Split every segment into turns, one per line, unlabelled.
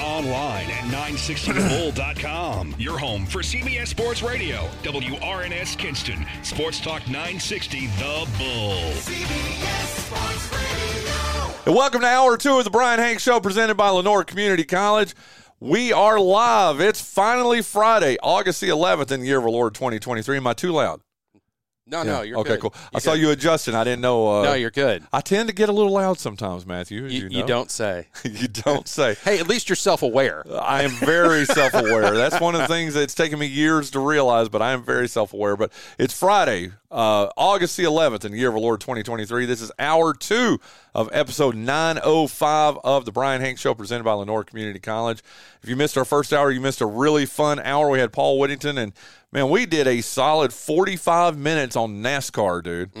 online at 960thebull.com. Your home for CBS Sports Radio, WRNS Kinston, Sports Talk 960 The Bull.
And welcome to hour two of the Brian Hanks Show presented by Lenore Community College. We are live. It's finally Friday, August the 11th in the year of our Lord 2023. Am I too loud?
No,
Yeah.
no, you're
okay,
good.
cool.
You're
I saw
good.
you adjusting. I didn't know. Uh,
No, you're good.
I tend to get a little loud sometimes, Matthew. as
You,
you, know.
you don't say.
you don't say.
Hey, at least you're self-aware.
I am very self aware. That's one of the things that's taken me years to realize, but I am very self aware. But it's Friday, uh, August the 11th in the year of our Lord 2023. This is hour two of episode 905 of The Brian Hanks Show presented by Lenore Community College. If you missed our first hour, you missed a really fun hour. We had Paul Whittington, and man, we did a solid 45 minutes on NASCAR, dude.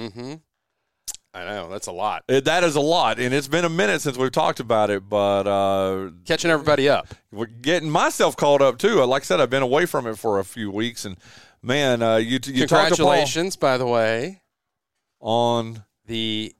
I know that's a lot.
Uh, That is a lot, and it's been a minute since we've talked about it, but uh,
Catching everybody up.
we're getting myself called up too. Like I said, I've been away from it for a few weeks, and man, uh, you you talked to Paul
Congratulations, by the way.
on.
The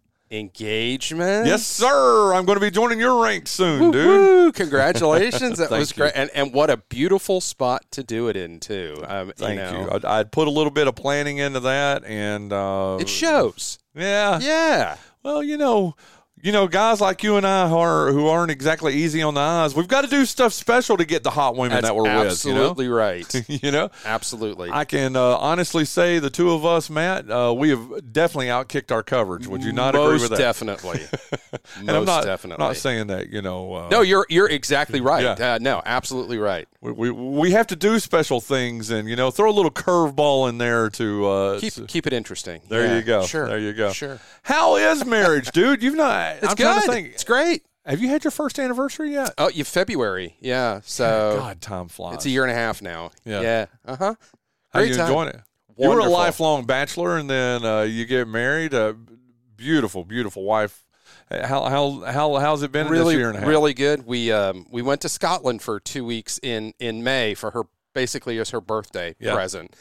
engagement.
Yes, sir. I'm going to be joining your ranks soon, dude.
Woo, congratulations. That
Thank
was
you.
great. And, and what a beautiful spot to do it in, too. Um,
Thank you.
know.
I, I put a little bit of planning into that, and uh,
It shows.
yeah,
Yeah.
Well, you know, you know, guys like you and I who are who aren't exactly easy on the eyes. We've got to do stuff special to get the hot women
That's
that we're
absolutely right.
with. You know, you know.
absolutely.
I can uh, honestly say the two of us, Matt, uh, we have definitely outkicked our coverage. Would you not
Most
agree with that?
definitely.
and I'm
Most
not,
definitely.
not saying that, you know. Uh,
no, you're you're exactly right.
Yeah.
Uh, no, absolutely right.
we, we, we have to do special things and, you know, throw a little curveball in there to. Uh, to-
Keep keep it interesting.
there
Yeah,
you go.
Sure.
There you go.
Sure.
How is marriage, dude? You've not.
It's
I'm trying
good.
to think.
It's great.
Have you had your first anniversary yet?
Oh, you February. Yeah. So
God, time flies.
Oh, it's a year and a half now.
Yeah.
Uh huh.
How
great
you
time.
enjoying it? You were a
Wonderful.
lifelong bachelor, and then uh, you get married. A beautiful, beautiful wife. How how how how's it been
Really,
this year and a half?
really good. We um we went to Scotland for two weeks in in May for her basically as her birthday
Yeah.
present.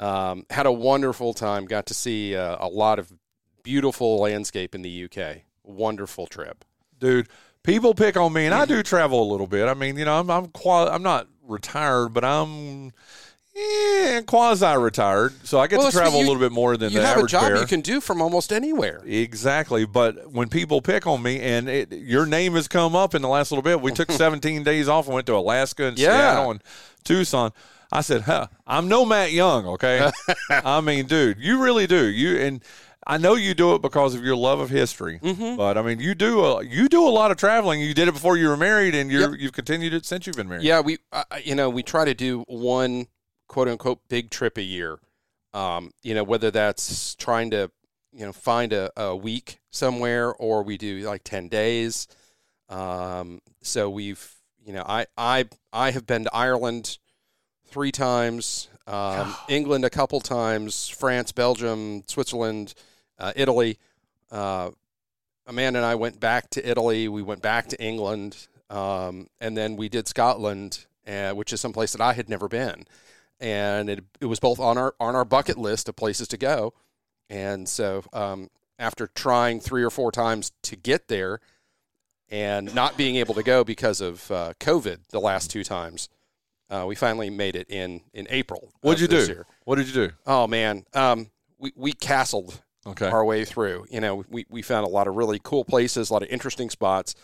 Um, had a wonderful time. Got to see uh, a lot of beautiful landscape in the UK. Wonderful trip.
dude. People pick on me, and
Mm-hmm.
I do travel a little bit. I mean, you know, I'm I'm qual- I'm not retired, but I'm eh, quasi-retired, so I get to
Well, that's what
travel a
you-
little bit more than
you
the
have a
average
job
bear.
you can do from almost anywhere.
Exactly, but when people pick on me, and it, your name has come up in the last little bit, we took 17 days off and went to Alaska and
Yeah.
Seattle and Tucson. I said, "Huh, I'm no Matt Young, okay? I mean, dude, you really do. You and I know you do it because of your love of history,
Mm-hmm.
but I mean, you do a you do a lot of traveling. You did it before you were married, and you're, you've continued it since you've been married.
Yeah, we uh, you know we try to do one quote unquote big trip a year. Um, you know whether that's trying to you know find a, a week somewhere or we do like ten days. Um, so we've you know I I I have been to Ireland three times, um, England a couple times, France, Belgium, Switzerland, uh, Italy. Uh, Amanda and I went back to Italy. We went back to England, um, and then we did Scotland, uh, which is someplace that I had never been, and it it was both on our on our bucket list of places to go, and so um, after trying three or four times to get there, and not being able to go because of uh, COVID the last two times, uh, we finally made it in in April. of
What'd you do?
this year.
What did you do?
Oh man, um, we we castled
Okay,
our way through. You know, we, we found a lot of really cool places, a lot of interesting spots.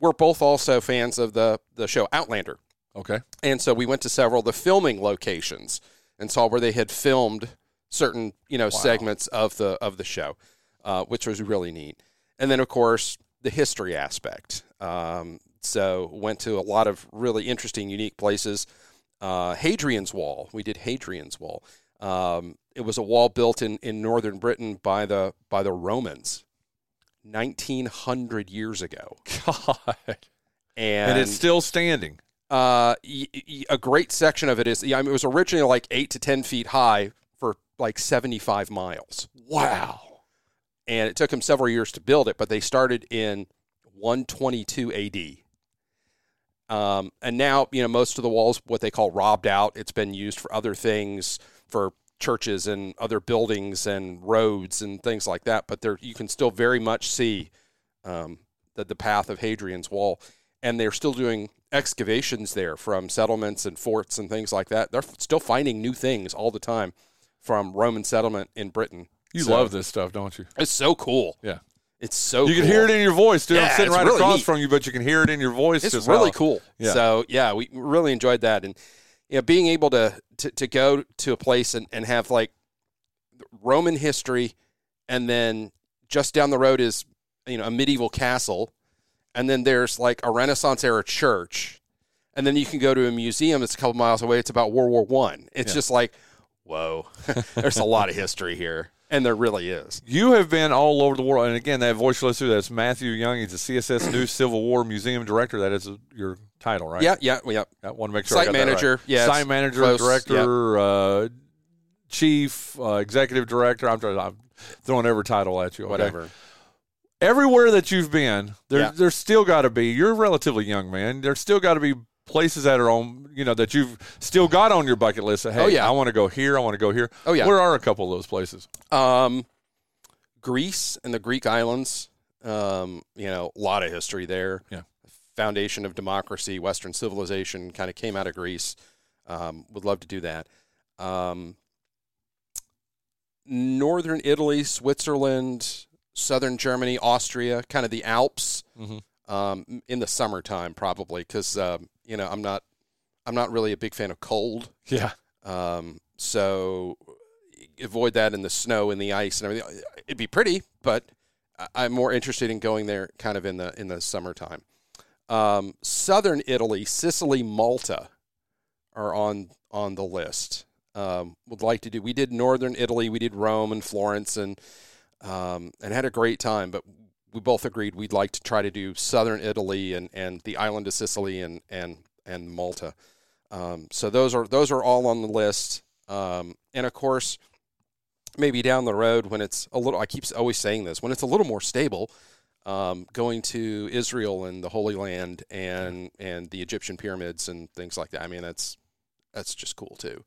We're both also fans of the the show Outlander,
okay,
and so we went to several of the filming locations and saw where they had filmed certain you know segments of the of the show, uh, which was really neat. And then of course the history aspect. Um, so went to a lot of really interesting, unique places. Uh, Hadrian's Wall. We did Hadrian's Wall. Um, it was a wall built in, in northern Britain by the by the Romans, nineteen hundred years ago,
God, and,
and,
it's still standing.
uh, y- y- a great section of it is. yeah, I mean, it was originally like eight to ten feet high for like seventy-five miles. Wow! And it took them several years to build it, but they started in 122 A.D. Um, and now, you know, most of the walls, what they call robbed out, it's been used for other things, for churches and other buildings and roads and things like that. But there, you can still very much see um, the, the path of Hadrian's Wall. and they're still doing excavations there from settlements and forts and things like that. They're f- still finding new things all the time from Roman settlement in Britain.
You
So,
love this stuff, don't you?
It's so cool.
Yeah.
It's so
You can
cool.
hear it in your voice, dude. I'm
Yeah,
sitting
it's
right
really
across
neat.
from you, but you can hear it in your voice.
It's
just
really
how-
cool.
Yeah.
So yeah, we really enjoyed that, and you know, being able to to, to go to a place and, and have like Roman history, and then just down the road is you know a medieval castle, and then there's like a Renaissance era church, and then you can go to a museum. It's a couple miles away. It's about World War One. It's just like whoa, there's a lot of history here, and there really is.
You have been all over the world, and again, that voice you listen to, that's Matthew Young. He's the CSS New Civil War Museum Director. That is your title, right?
Yeah, yeah, yeah.
I want to make sure. I
Site
got that right.
manager, yeah,
Site
it's
manager,
close,
director, uh, chief, uh, executive director. I'm, trying, I'm throwing every title at you. okay?
Whatever.
Everywhere that you've been, there,
Yeah.
there's still got to be. You're a relatively young man. There's still got to be places that are on, you know, that you've still got on your bucket list. That, hey,
Oh, yeah.
I want to go here. I want to go here.
Oh, yeah.
Where are a couple of those places?
Um, Greece and the Greek islands. Um, you know, a lot of history there.
Yeah.
Foundation of democracy, Western civilization kind of came out of Greece. Um, would love to do that. Um, Northern Italy, Switzerland, Southern Germany, Austria, kind of the Alps.
Mhm.
Um, in the summertime, probably because um, you know I'm not I'm not really a big fan of cold.
Yeah.
Um, so avoid that in the snow and the ice and everything. It'd be pretty, but I- I'm more interested in going there kind of in the in the summertime. Um, Southern Italy, Sicily, Malta are on on the list. Um, would like to do. We did Northern Italy. We did Rome and Florence and um, and had a great time. But we both agreed we'd like to try to do Southern Italy and, and the island of Sicily and and and Malta. Um, so those are those are all on the list, um, and of course, maybe down the road when it's a little. I keep always saying this when it's a little more stable, um, going to Israel and the Holy Land and and the Egyptian pyramids and things like that. I mean, that's that's just cool too.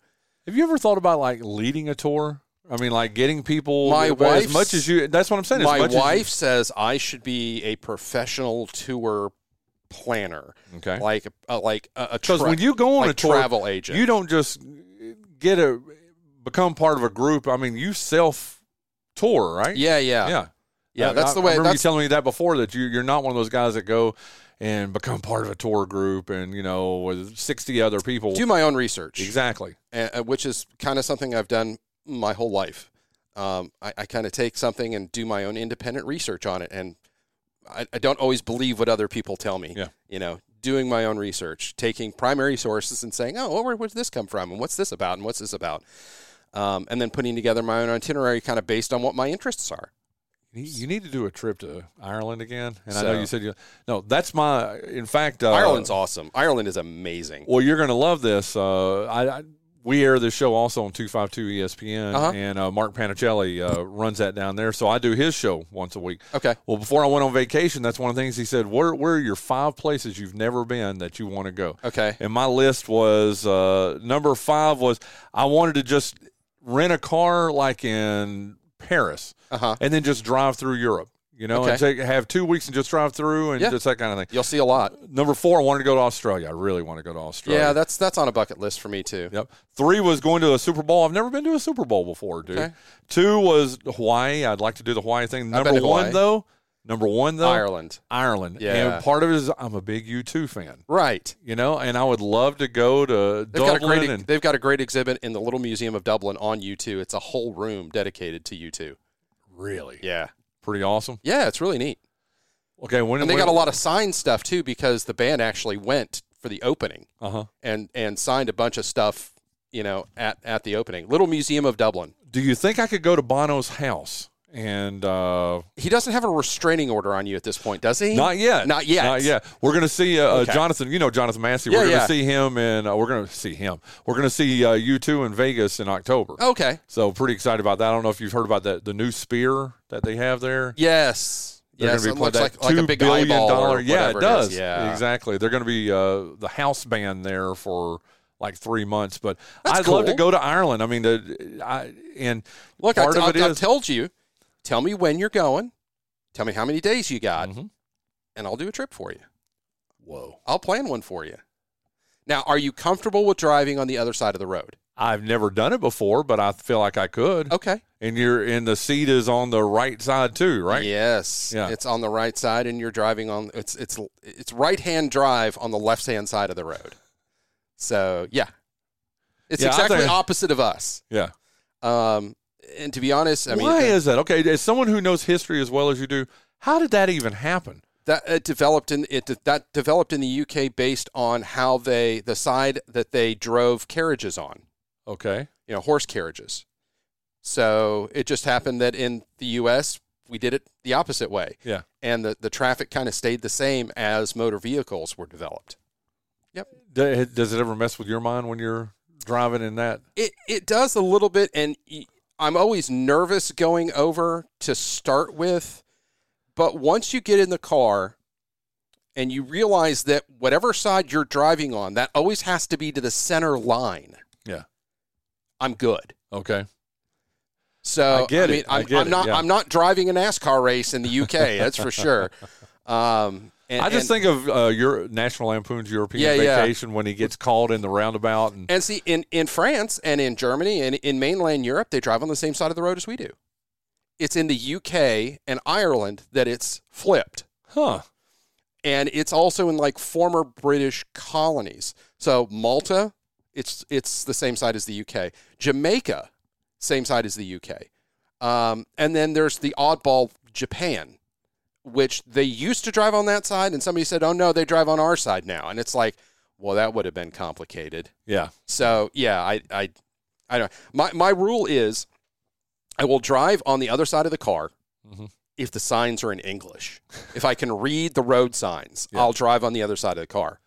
Have you ever thought about like leading a tour? I mean, like getting people
My
as
wife's-
much as you. That's what I'm saying. as
My
much as you-
wife says I should be a professional tour planner,
okay.
like a, like a, a
Because
tra-
when you go on
like
a tour,
travel agent,
you don't just get a become part of a group. I mean, you self tour, right?
yeah, yeah, yeah.
yeah, I-
that's
I
the way.
Remember
That's
you telling me that before that you you're not one of those guys that go and become part of a tour group and you know with sixty other people.
do my own research.
exactly.
and, uh, which is kind of something I've done my whole life. Um, I, I kind of take something and do my own independent research on it, and I, I don't always believe what other people tell me.
Yeah.
You know, doing my own research, taking primary sources and saying, "Oh, where, where did this come from? And what's this about? And what's this about?" Um, and then putting together my own itinerary, kind of based on what my interests are.
You- You need to do a trip to Ireland again, and I
So-
know you said you. No, that's my. In fact, uh,
Ireland's awesome. Ireland is amazing.
Well, you're going to love this. Uh, I, I we air this show also on 252 ESPN,
Uh-huh.
and uh, Mark Panicelli uh, runs that down there. So I do his show once a week.
Okay.
Well, before I went on vacation, that's one of the things he said. Where where are your five places you've never been that you want to go?
Okay.
And my list was uh, number five was I wanted to just rent a car like in Paris,
Uh huh.
and then just drive through Europe. You know, and
Okay.
take, have two weeks and just drive through and
Yeah.
just that kind of thing.
You'll see a lot.
Number four, I wanted to go to Australia. I really want to go to Australia.
Yeah, that's that's on a bucket list for me too.
Yep. Three was going to a Super Bowl. I've never been to a Super Bowl before, dude.
Okay.
Two was Hawaii. I'd like to do the Hawaii thing.
I've
Number one
been to Hawaii.
though. Number one though.
Ireland.
Ireland.
Yeah.
And part of it is I'm a big U2 fan.
Right.
You know, and I would love to go to
They've
Dublin.
got, a great,
and
they've got a great exhibit in the Little Museum of Dublin on U2. It's a whole room dedicated to U2.
really,
Yeah.
pretty awesome.
Yeah, it's really neat.
Okay, when
And they
when-
got a lot of signed stuff too because the band actually went for the opening
Uh-huh.
and, and signed a bunch of stuff, you know, at, at the opening. Little Museum of Dublin.
Do you think I could go to Bono's house? And uh,
He doesn't have a restraining order on you at this point, does he?
not yet,
Not yet.
not yet. We're going to see uh,
Okay.
uh, Jonathan. You know Jonathan Massey.
Yeah,
we're going to
yeah.
see him, and uh, we're going to see him. We're going to see uh, U2 in Vegas in October.
Okay.
So pretty excited about that. I don't know if you've heard about that the new spear that they have there.
Yes.
They're
yes.
gonna
It looks
playing
like, like a
$2
big
billion
eyeball or
dollar- Yeah, it
whatever is.
does.
Yeah.
exactly. They're going to be uh, the house band there for like three months. But
That's
I'd love to
cool.
go to Ireland. I mean, the, I, and
Look, I,
part
I,
of it is
I've told you, tell me when you're going, tell me how many days you got,
Mhm.
and I'll do a trip for you.
Whoa.
I'll plan one for you. Now, are you comfortable with driving on the other side of the road?
I've never done it before, but I feel like I could.
Okay.
And you're and the seat is on the right side too, right?
Yes.
Yeah.
It's on the right side, and you're driving on it's it's it's right hand drive on the left hand side of the road. So yeah, it's
Yeah, I
exactly
think-
opposite of us.
Yeah.
Um, and to be honest, I mean,
Why
the-
is that? Okay, as someone who knows history as well as you do, how did that even happen?
that it developed in it that developed in the UK based on how they the side that they drove carriages on,
Okay.
you know, horse carriages. So it just happened that in the US we did it the opposite way.
Yeah.
And the, the traffic kind of stayed the same as motor vehicles were developed.
D- Does it ever mess with your mind when you're driving in that?
It it does a little bit and y- I'm always nervous going over to start with, but once you get in the car and you realize that whatever side you're driving on, that always has to be to the center line.
Yeah.
I'm good.
Okay.
So
I get
mean,
it. I
I'm,
get
I'm
it,
not
yeah.
I'm not driving a NASCAR race in the UK. that's for sure. Um, and,
I just
and,
think of uh, your National Lampoon's European
Yeah, yeah.
Vacation when he gets caught in the roundabout and
and see in in France and in Germany and in mainland Europe they drive on the same side of the road as we do. It's in the UK and Ireland that it's flipped,
huh.
and it's also in like former British colonies. So Malta, it's it's the same side as the UK. Jamaica, same side as the UK. Um, and then there's the oddball Japan, which they used to drive on that side, and somebody said, "Oh no, they drive on our side now." And it's like, well, that would have been complicated.
Yeah.
So yeah, I I I don't. My my rule is, I will drive on the other side of the car
Mhm.
if the signs are in English. if I can read the road signs,
Yeah.
I'll drive on the other side of the car.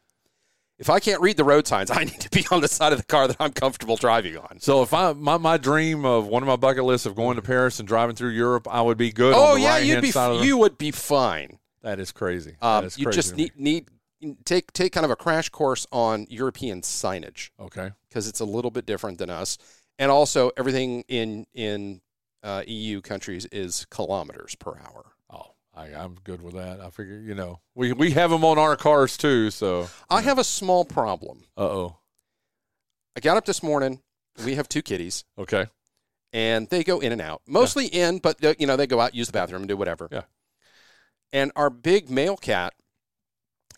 If I can't read the road signs, I need to be on the side of the car that I'm comfortable driving on.
So if I my, my dream of one of my bucket lists of going to Paris and driving through Europe, I would be good.
oh
on the
yeah,
right-hand
you'd be
side of the-
you would be fine.
That is crazy.
Um,
that is
you
crazy
just
to me.
need need take take kind of a crash course on European signage.
Okay.
because it's a little bit different than us. And also, everything in in uh, EU countries is kilometers per hour.
Oh, I, I'm good with that. I figure you know we we have them on our cars too. So
I have a small problem.
uh oh.
I got up this morning. We have two kitties,
Okay.
and they go in and out, mostly in, but they- you know they go out, use the bathroom, and do whatever.
Yeah.
And our big male cat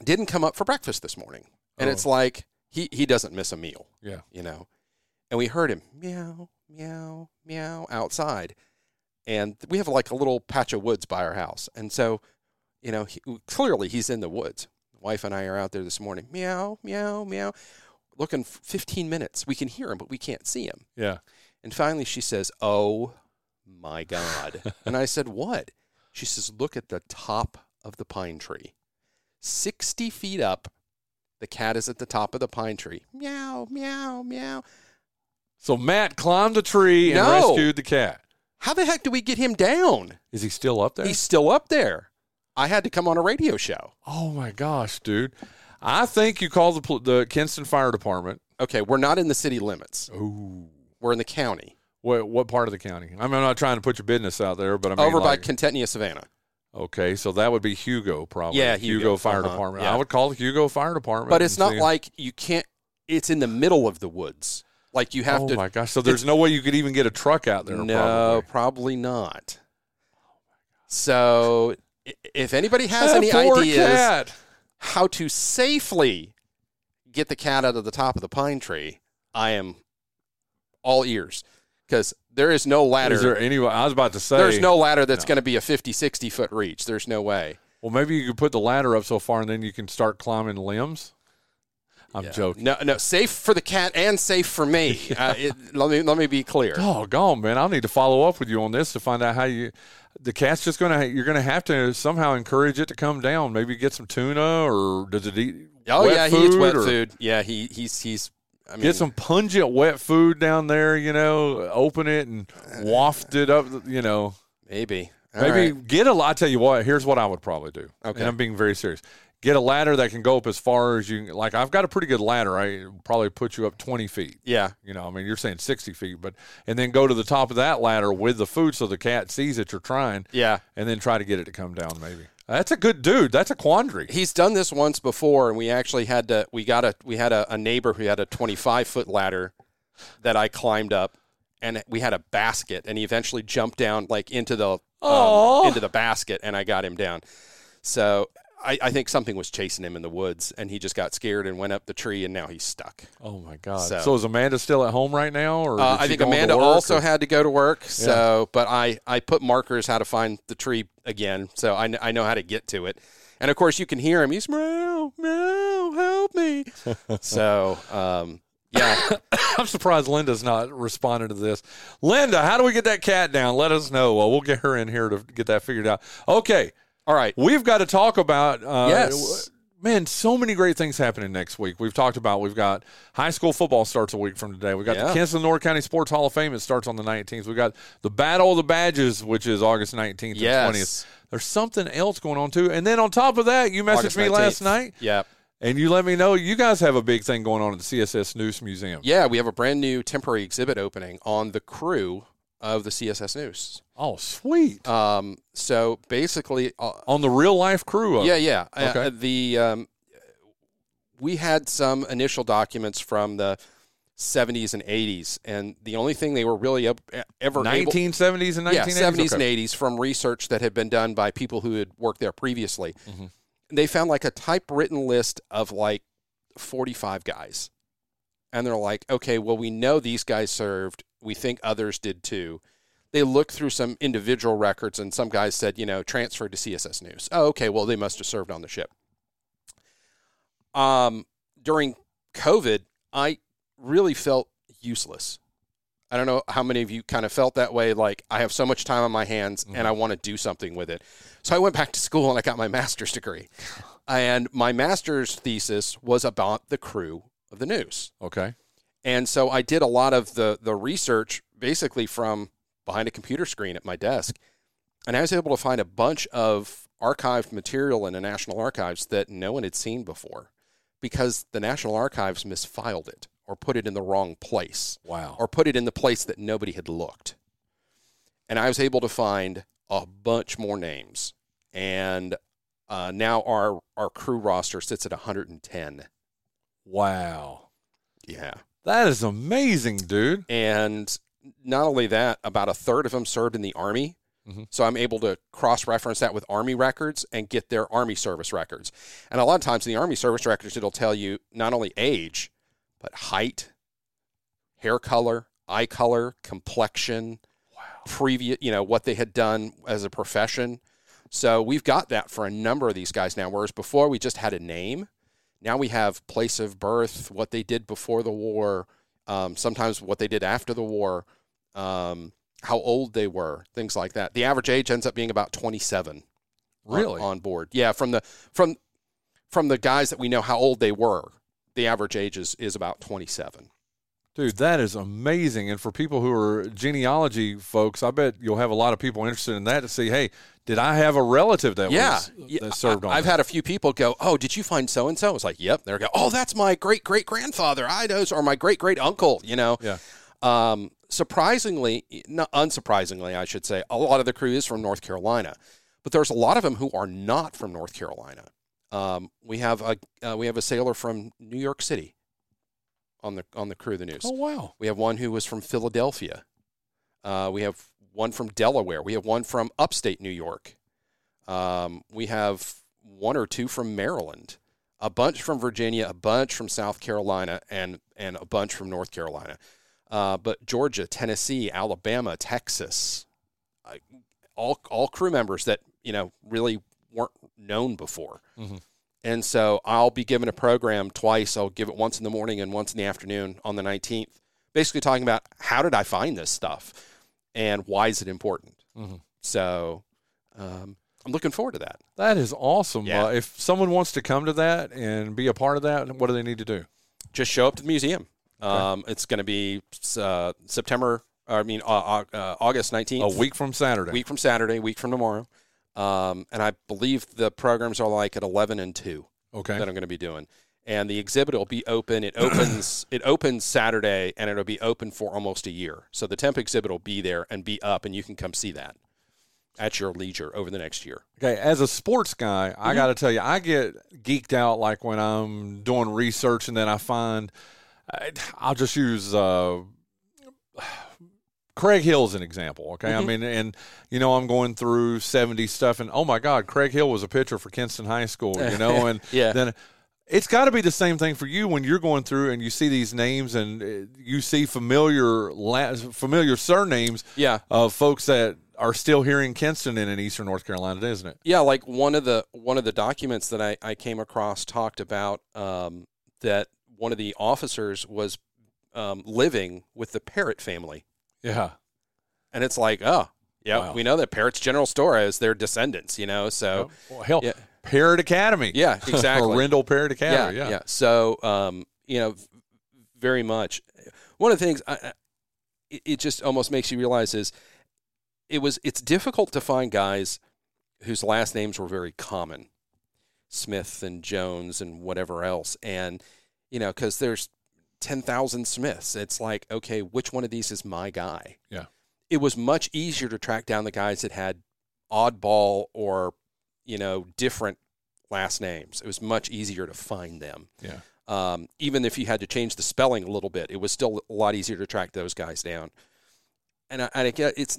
didn't come up for breakfast this morning, and
Oh.
it's like he he doesn't miss a meal.
Yeah.
you know. And we heard him meow, meow, meow outside. And we have like a little patch of woods by our house. And so, you know, he, clearly he's in the woods. Wife and I are out there this morning, meow, meow, meow. Looking f- 15 minutes. We can hear him, but we can't see him.
Yeah.
And finally she says, Oh my God. and I said, What? She says, Look at the top of the pine tree. 60 feet up, the cat is at the top of the pine tree. Meow, meow, meow.
So Matt climbed a tree and
No.
rescued the cat.
How the heck do we get him down?
Is he still up there?
He's still up there. I had to come on a radio show.
oh my gosh, dude! I think you call the pl- the Kinston Fire Department.
Okay, we're not in the city limits.
Ooh.
We're in the county,
What what part of the county? I mean, I'm not trying to put your business out there, but I mean,
over
like,
by Contentnia, Savannah.
okay, so that would be Hugo, probably.
Yeah,
Hugo,
Hugo.
Fire
Uh-huh.
Department.
Yeah.
I would call the Hugo Fire Department.
But it's
and
not
see-
like you can't. It's in the middle of the woods. Like you have
oh
to.
my gosh! So there's no way you could even get a truck out there.
no,
probably.
probably not. So, i- if anybody has
That
any
poor
ideas
cat.
how to safely get the cat out of the top of the pine tree, I am all ears because there is no ladder.
Is there any? I was about to say.
There's no ladder that's going to be a 50, 60 foot reach. There's no way.
Well, maybe you could put the ladder up so far, and then you can start climbing limbs. I'm joking.
No, no. Safe for the cat and safe for me. Uh, it, let me let me be clear.
Doggone, man! I'll need to follow up with you on this to find out how you. The cat's just gonna. You're gonna have to somehow encourage it to come down. Maybe get some tuna, or does it eat?
Oh
wet
yeah, he eats wet
or
food. Yeah, he he's he's. I mean,
Get some pungent wet food down there. You know, open it and waft it up. You know,
maybe All
Maybe
right.
get a. I tell you what. Here's what I would probably do.
Okay.
And I'm being very serious. Get a ladder that can go up as far as you. Like I've got a pretty good ladder. I probably put you up 20 feet.
Yeah,
You know, I mean, you're saying 60 feet, but and then go to the top of that ladder with the food so the cat sees that you're trying,
yeah.
and then try to get it to come down. Maybe. That's a good dude. That's a quandary.
He's done this once before, and we actually had to. We got a. We had a, a neighbor who had a 25 foot ladder that I climbed up, and we had a basket, and he eventually jumped down like into the um,
Aw.
into the basket, and I got him down. So I, I think something was chasing him in the woods, and he just got scared and went up the tree, and now he's stuck.
Oh my God.
So-
So, is Amanda still at home right now, or
Uh,
did
I
she
think
go into
Amanda
work,
also
or-
had to go to work. So, but I, I put markers how to find the tree again. So I, kn- I know how to get to it. And of course, you can hear him. He's meow, meow, help me. so, um, yeah.
I'm surprised Linda's not responding to this. Linda, how do we get that cat down? Let us know. Uh, we'll get her in here to get that figured out. Okay,
All right.
we've got to talk about. Uh,
Yes.
Man, so many great things happening next week. We've talked about we've got high school football starts a week from today. We've got
Yeah.
the Kansas North County Sports Hall of Fame. It starts on the 19th. We've got the Battle of the Badges, which is August 19th
Yes.
and 20th. There's something else going on, too. And then on top of that, you messaged
August
me last
19th.
night
Yeah.
and you let me know you guys have a big thing going on at the CSS News Museum.
Yeah. We have a brand new temporary exhibit opening on the crew of the CSS News.
Oh, sweet.
Um, so basically, uh,
on the real life crew. Of
Yeah, yeah. Uh,
Okay.
Uh, the um, we had some initial documents from the 70s and 80s, and the only thing they were really up, e, ever able,
1970s and 1980s.
yeah, 70s
Okay.
and 80s from research that had been done by people who had worked there previously. They found like a typewritten list of like 45 guys. And they're like, okay, well, we know these guys served. We think others did too. They looked through some individual records, and some guys said, you know, transferred to CSS News. Oh, okay, well, they must have served on the ship. Um, during COVID, I really felt useless. I don't know how many of you kind of felt that way. Like, I have so much time on my hands and I want to do something with it. So I went back to school and I got my master's degree. And my master's thesis was about the crew of the news.
Okay.
And so I did a lot of the, the research basically from behind a computer screen at my desk. And I was able to find a bunch of archived material in the National Archives that no one had seen before because the National Archives misfiled it or put it in the wrong place
Wow.
or put it in the place that nobody had looked. And I was able to find a bunch more names. And uh, now our, our crew roster sits at 110.
wow.
Yeah.
That is amazing, dude.
And not only that, about a third of them served in the Army.
Mhm.
So I'm able to cross reference that with Army records and get their Army service records. And a lot of times in the Army service records, it'll tell you not only age, but height, hair color, eye color, complexion, previous, you know, what they had done as a profession. So we've got that for a number of these guys now. Whereas before we just had a name, now we have place of birth, what they did before the war, um, sometimes what they did after the war, um, how old they were, things like that. The average age ends up being about 27 on-
Really?
on, board. Yeah, from the from from the guys that we know how old they were, the average age is is about 27.
Dude, that is amazing. And for people who are genealogy folks, I bet you'll have a lot of people interested in that to see, hey, did I have a relative that
yeah,
was uh,
Yeah,
that served
I,
on?
I've had a few people go, "Oh, did you find so and so?" I was like, "Yep." They're go, "Oh, that's my great great grandfather, I knows, or my great great uncle." You know.
Yeah.
Um, surprisingly, not unsurprisingly, I should say, a lot of the crew is from North Carolina, but there's a lot of them who are not from North Carolina. Um, we have a uh, we have a sailor from New York City on the on the crew of the news.
Oh wow.
We have one who was from Philadelphia. Uh, we have one from Delaware. We have one from upstate New York. Um, we have one or two from Maryland, a bunch from Virginia, a bunch from South Carolina, and and a bunch from North Carolina. Uh, but Georgia, Tennessee, Alabama, Texas, uh, all all crew members that you know really weren't known before. And so I'll be giving a program twice. I'll give it once in the morning and once in the afternoon on the 19th, basically talking about how did I find this stuff and why is it important.
Mhm.
So um, I'm looking forward to that.
That is awesome.
Yeah.
Uh, if someone wants to come to that and be a part of that, what do they need to do?
Just show up to the museum. Um, it's going to be uh, September, or I mean, uh, Au- uh, August 19th.
A week from Saturday.
Week from Saturday, week from tomorrow. Um, and I believe the programs are like at 11 and 2.
Okay.
that I'm going to be doing. And the exhibit will be open. It opens. it opens Saturday, and it'll be open for almost a year. So the temp exhibit will be there and be up, and you can come see that. at your leisure over the next year.
Okay, as a sports guy, I
Mm-hmm.
got to tell you, I get geeked out like when I'm doing research and then I find I- I'll just use uh, Craig Hill as an example. Okay,
Mm-hmm.
I mean, and you know, I'm going through 70 stuff, and oh my God, Craig Hill was a pitcher for Kinston High School. You know, and
Yeah.
then it's got to be the same thing for you when you're going through and you see these names and uh, you see familiar la- familiar surnames
Yeah.
of folks that are still here in Kinston and in Eastern North Carolina, isn't it?
Yeah, like one of the one of the documents that I, I came across talked about um, that one of the officers was um, living with the Parrott family,
Yeah.
and it's like, oh, yeah,
Wow.
we know that Parrott's General Store is their descendants, you know. So
Well, hell,
Yeah.
Parrot Academy.
yeah, exactly.
Or Rendell Parrot Academy. Yeah.
yeah. So, um, you know, v- very much. One of the things I, I, it- it just almost makes you realize is it was it's difficult to find guys whose last names were very common, Smith and Jones and whatever else, and you know, because there's ten thousand Smiths. It's like, okay, which one of these is my guy?
Yeah.
It was much easier to track down the guys that had oddball or you know different last names. It was much easier to find them.
Yeah.
Um, even if you had to change the spelling a little bit, it was still a lot easier to track those guys down. And I, and I get it's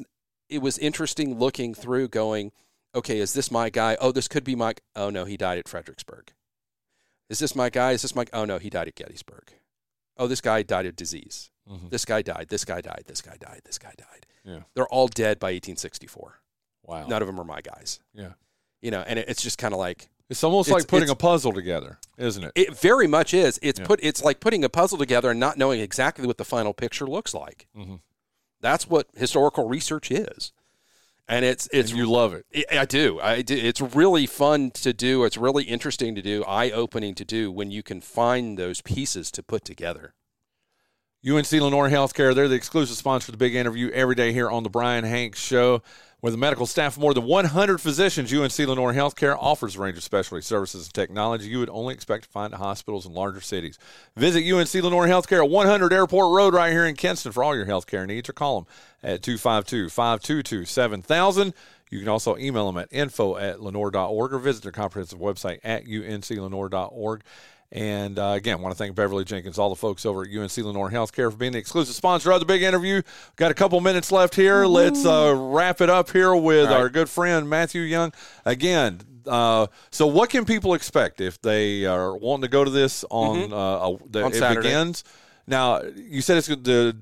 it was interesting looking through, going, okay, is this my guy? Oh, this could be my. Oh no, he died at Fredericksburg. Is this my guy? Is this my? Oh no, he died at Gettysburg. Oh, this guy died of disease.
Mhm.
This guy died. This guy died. This guy died. This guy died.
Yeah.
They're all dead by 1864.
Wow.
None of them are my guys.
Yeah.
You know, and it, it's just kind of like
It's almost
It's-
like putting
it's-
a puzzle together, isn't it?
It very much is. It's
Yeah.
put. It's like putting a puzzle together and not knowing exactly what the final picture looks like.
Mhm.
That's what historical research is, and it's it's.
and you love it.
I- I do. I do. It's really fun to do. It's really interesting to do. Eye opening to do when you can find those pieces to put together.
UNC Lenore Healthcare, they're the exclusive sponsor of the big interview every day here on the Brian Hanks Show. With a medical staff of more than 100 physicians, UNC Lenore Healthcare offers a range of specialty services and technology you would only expect to find at hospitals in larger cities. Visit UNC Lenore Healthcare at 100 Airport Road right here in Kinston for all your healthcare needs or call them at 252 522 7000. You can also email them at info at lenore.org or visit their comprehensive website at unclenore.org. And uh, again, want to thank Beverly Jenkins, all the folks over at UNC Lenore Healthcare for being the exclusive sponsor of the big interview. Got a couple minutes left here. Let's uh, wrap it up here with our good friend Matthew Young. Again, uh, so what can people expect if they are wanting to go to this on uh, a, the,
Mm-hmm. On
it
Saturday.
begins? Now you said it's the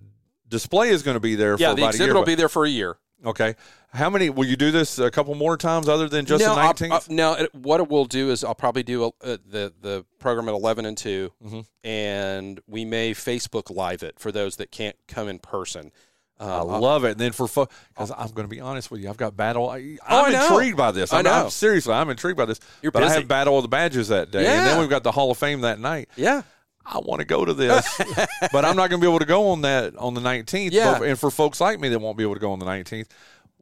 display is going to be there.
yeah,
for about
the
a
exhibit
year,
will
but-
be there for a year.
Okay. How many will you do this a couple more times other than just
no,
the
I'll-
19th?
I'll- no, it- what we'll do is I'll probably do a, uh, the the program at eleven and 2
Mhm.
and we may Facebook Live it for those that can't come in person.
I
Uh,
love it. And then for fo- cause I'm going to be honest with you, I've got battle. I,
Oh, I
I'm
know.
intrigued by this.
I
I'm, I'm
know.
seriously, I'm intrigued by this.
You're
but I
busy.
have battle of the badges that day, and
Yeah.
then we've got the Hall of Fame that night.
yeah,
I want to go to this, but I'm not going to be able to go on that on the 19th.
Yeah.
But- and for folks like me that won't be able to go on the 19th,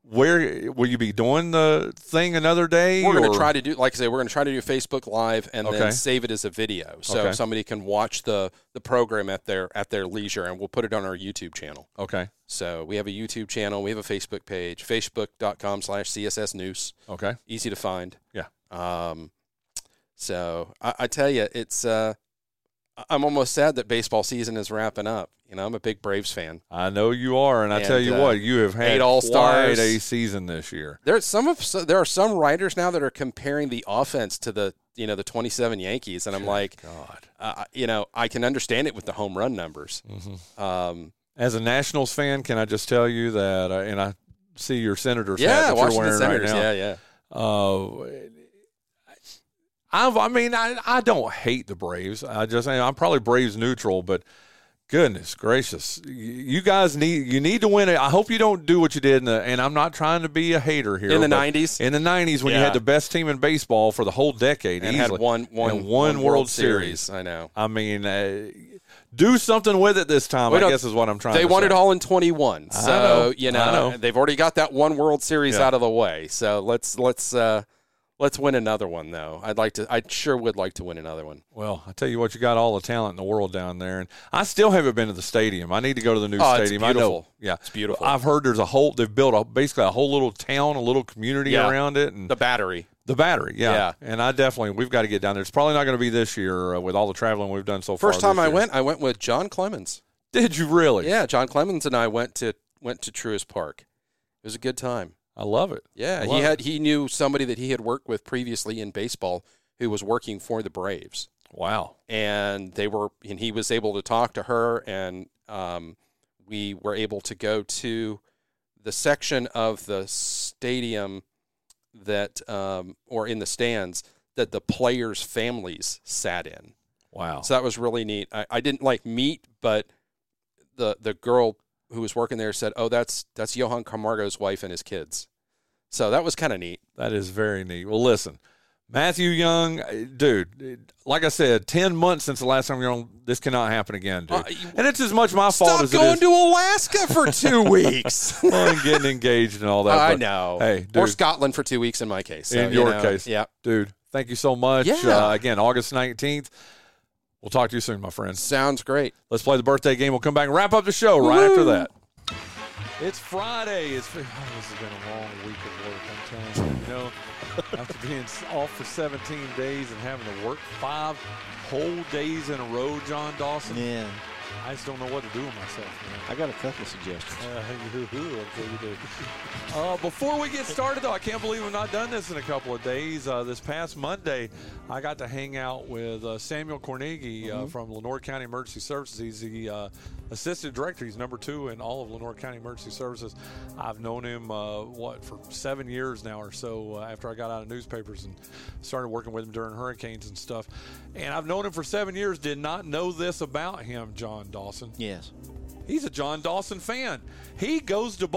where will you be doing the thing another day?
we're going
or-
to try to do, like I say, we're going to try to do Facebook Live and
Okay.
then save it as a video, so
Okay.
somebody can watch the the program at their at their leisure, and we'll put it on our YouTube channel.
Okay.
So we have a YouTube channel, we have a Facebook page, facebook.com slash CSS News.
Okay.
easy to find.
Yeah.
Um, so I, I tell you, it's uh, I- I'm almost sad that baseball season is wrapping up. You know, I'm a big Braves fan.
I know you are, and I tell
And,
you
uh,
what, you have had
eight All-Stars.
quite a season this year.
There's some of so, there are some writers now that are comparing the offense to the you know the 27 Yankees, and I'm like,
God.
uh, you know, I can understand it with the home run numbers.
Mm-hmm.
Um,
As a Nationals fan, can I just tell you that, uh, and I see your Senators
yeah,
hat that
Washington
you're wearing
Senators.
right now.
yeah, yeah.
Uh, I've, I mean, I, I don't hate the Braves. I just, I'm probably Braves neutral, but goodness gracious, you- you guys need, you need to win it. I hope you don't do what you did. In the, and I'm not trying to be a hater here.
In the
but
90s?
In the 90s, when you
Yeah.
had the best team in baseball for the whole decade,
And had
easily,
one one
and
one
one World Series.
I know.
I mean, uh, do something with it this time.
We
I
don't-
guess is what I'm trying.
They
to
won
say.
it all in 21. So,
know.
you
I
know,
know.
they've already got that one World Series
Yeah.
out of the way. So, let's let's uh Let's win another one though. I'd like to. I sure would like to win another one.
Well, I tell you what, you got all the talent in the world down there, and I still haven't been to the stadium. I need to go to the new
Oh, it's
stadium. I know,
beautiful.
yeah,
It's beautiful.
I've heard there's a whole they've built a, basically a whole little town, a little community
Yeah.
around it, and
the battery.
the battery, yeah.
Yeah.
And I definitely we've got to get down there. It's probably not going to be this year uh, with all the traveling we've done so far.
First time
this
I
year.
went, I went with John Clemens.
did you really?
Yeah, John Clemens and I went to went to Truist Park. It was a good time.
I love it.
Yeah,
Love
he had he knew somebody that he had worked with previously in baseball who was working for the Braves,
Wow,
and they were and he was able to talk to her, and um, we were able to go to the section of the stadium that um, or in the stands that the players' families sat in.
wow.
So that was really neat. I, I didn't like meat, but the the girl who was working there said, "Oh, that's that's Johan Camargo's wife and his kids." So that was kind of neat.
That is very neat. Well, listen, Matthew Young, uh, dude, it- like I said, 10 months since the last time you're on, this cannot happen again, dude.
Uh, you-
and it's as much my fault as it is
to Alaska for two weeks.
on getting engaged and all that.
I
but,
know.
Hey,
or
dude.
Scotland for two weeks in my case. So,
in
you
your
know,
case.
yeah.
Dude, thank you so much.
Yeah.
Uh, again, August 19th. We'll talk to you soon, my friends.
Sounds great.
Let's play the birthday game. We'll come back and wrap up the show right after that. It's Friday. It's oh, this has been a long week of work. I'm telling you, you know, after being off for 17 days and having to work five whole days in a row, John Dawson,
Yeah,
I just don't know what to do with myself, man.
I got a couple of suggestions.
Uh, uh, before we get started, though, I can't believe we've not done this in a couple of days. Uh, this past Monday, I got to hang out with uh, Samuel Cornegie uh, from Lenore County Emergency Services. He's the uh, assistant director. He's number two in all of Lenore County Emergency Services. I've known him, uh, what, for seven years now or so uh, after I got out of newspapers and started working with him during hurricanes and stuff. And I've known him for seven years. Did not know this about him, John Dawson.
Yes.
He's a John Dawson fan. He goes to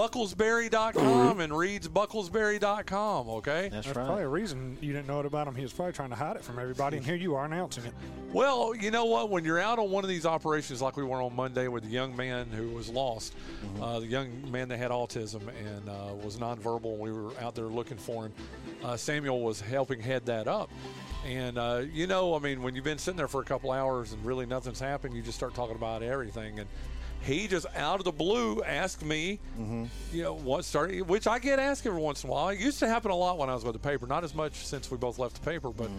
bucklesberry.com and reads bucklesberry.com, okay?
That's,
That's
right.
probably a reason you didn't know it about him. He was probably trying to hide it from everybody, and here you are announcing it.
Well, you know what? When you're out on one of these operations like we were on Monday with the young man who was lost, uh, the young man that had autism and uh, was nonverbal, and we were out there looking for him, uh, Samuel was helping head that up. And, uh, you know, I mean, when you've been sitting there for a couple hours and really nothing's happened, you just start talking about everything. And he just out of the blue asked me, you know, what started, which I get asked every once in a while. It used to happen a lot when I was with the paper, not as much since we both left the paper, but
Mm.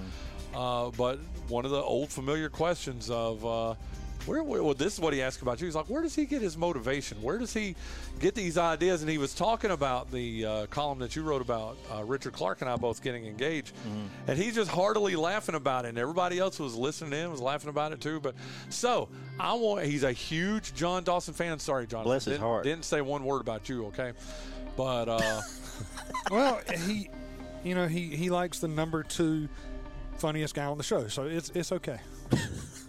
uh, but one of the old familiar questions of uh, where, where, well, this is what he asked about you. He's like, where does he get his motivation? Where does he get these ideas? And he was talking about the uh, column that you wrote about uh, Richard Clark and I both getting engaged,
Mm-hmm.
and he's just heartily laughing about it, and everybody else was listening in was laughing about it too. But so I want, he's a huge John Dawson fan. Sorry, John,
Bless his
didn't-
heart.
Didn't say one word about you, okay? But uh,
Well, he, you know, he he likes the number two funniest guy on the show, so it's it's okay.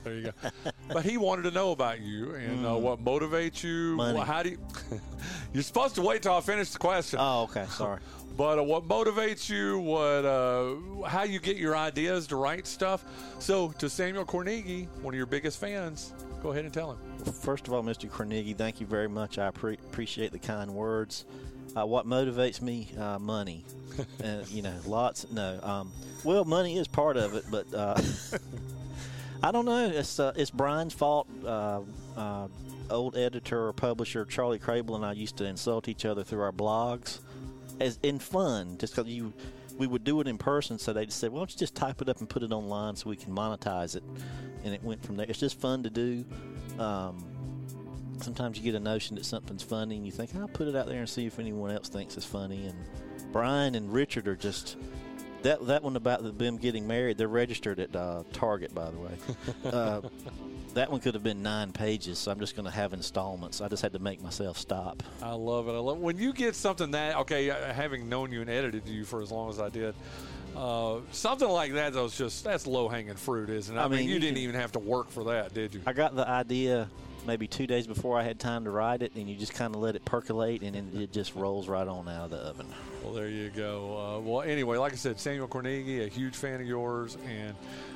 there you go. But he wanted to know about you and uh, what motivates you.
Money.
wh- How do you? you're supposed to wait till I finish the question.
Oh, okay. Sorry.
but uh, what motivates you? What? Uh, how you get your ideas to write stuff? So to Samuel Cornegie, one of your biggest fans, go ahead and tell him.
First of all, Mr. Carnegie, thank you very much. I pre- appreciate the kind words. Uh, what motivates me? Uh, money. uh, you know, lots. No. Um, well, money is part of it, but uh, I don't know. It's uh, it's Brian's fault. Uh, uh, old editor or publisher Charlie Crable and I used to insult each other through our blogs, as in fun, just because you. We would do it in person, so they'd say, "Why don't you just type it up and put it online so we can monetize it?" And it went from there. It's just fun to do. Um, sometimes you get a notion that something's funny and you think i'll put it out there and see if anyone else thinks it's funny and brian and richard are just that that one about the- them getting married they're registered at uh, target by the way uh, that one could have been nine pages so i'm just going to have installments i just had to make myself stop
I love it. I love when you get something that okay. uh, Having known you and edited you for as long as I did, uh, something like that though is just that's low hanging fruit, isn't it? I,
I
mean,
mean,
you,
you
didn't
can-
even have to work for that, did you?
i got the idea maybe two days before i had time to write it and you just kind of let it percolate and then it just rolls right on out of the oven
Well, there you go. Uh, well, anyway, like I said, Samuel Cornegie, a huge fan of yours, and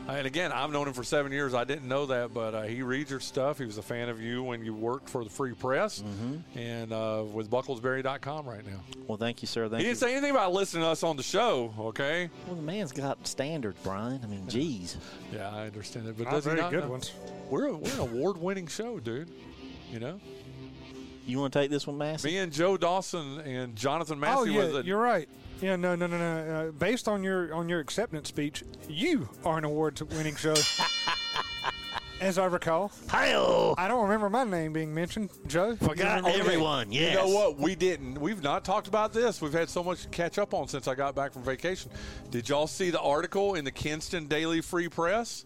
uh, and again, I've known him for seven years. I didn't know that, but uh, he reads your stuff. He was a fan of you when you worked for the Free Press,
Mm-hmm.
and uh, with Bucklesbury.com right now.
Well, thank you, sir. Thank
He
you.
didn't say anything about listening to us on the show. Okay,
well, the man's got standards, Brian. I mean, geez.
yeah, I understand it, but
Not Oh,
does he
very
not
good
know?
ones.
We're a, we're an award-winning show, dude. You know,
You want to take this one, Massey?
me and Joe Dawson and Jonathan
Oh
Massey
yeah,
was a,
you're right. Yeah, no, no, no, no. Uh, based on your on your acceptance speech, you are an award-winning show. As I recall,
Hail!
I don't remember my name being mentioned. Joe,
Forgot everyone. Yes.
You know what? We didn't. We've not talked about this. We've had so much to catch up on since I got back from vacation. Did y'all see the article in the Kinston Daily Free Press?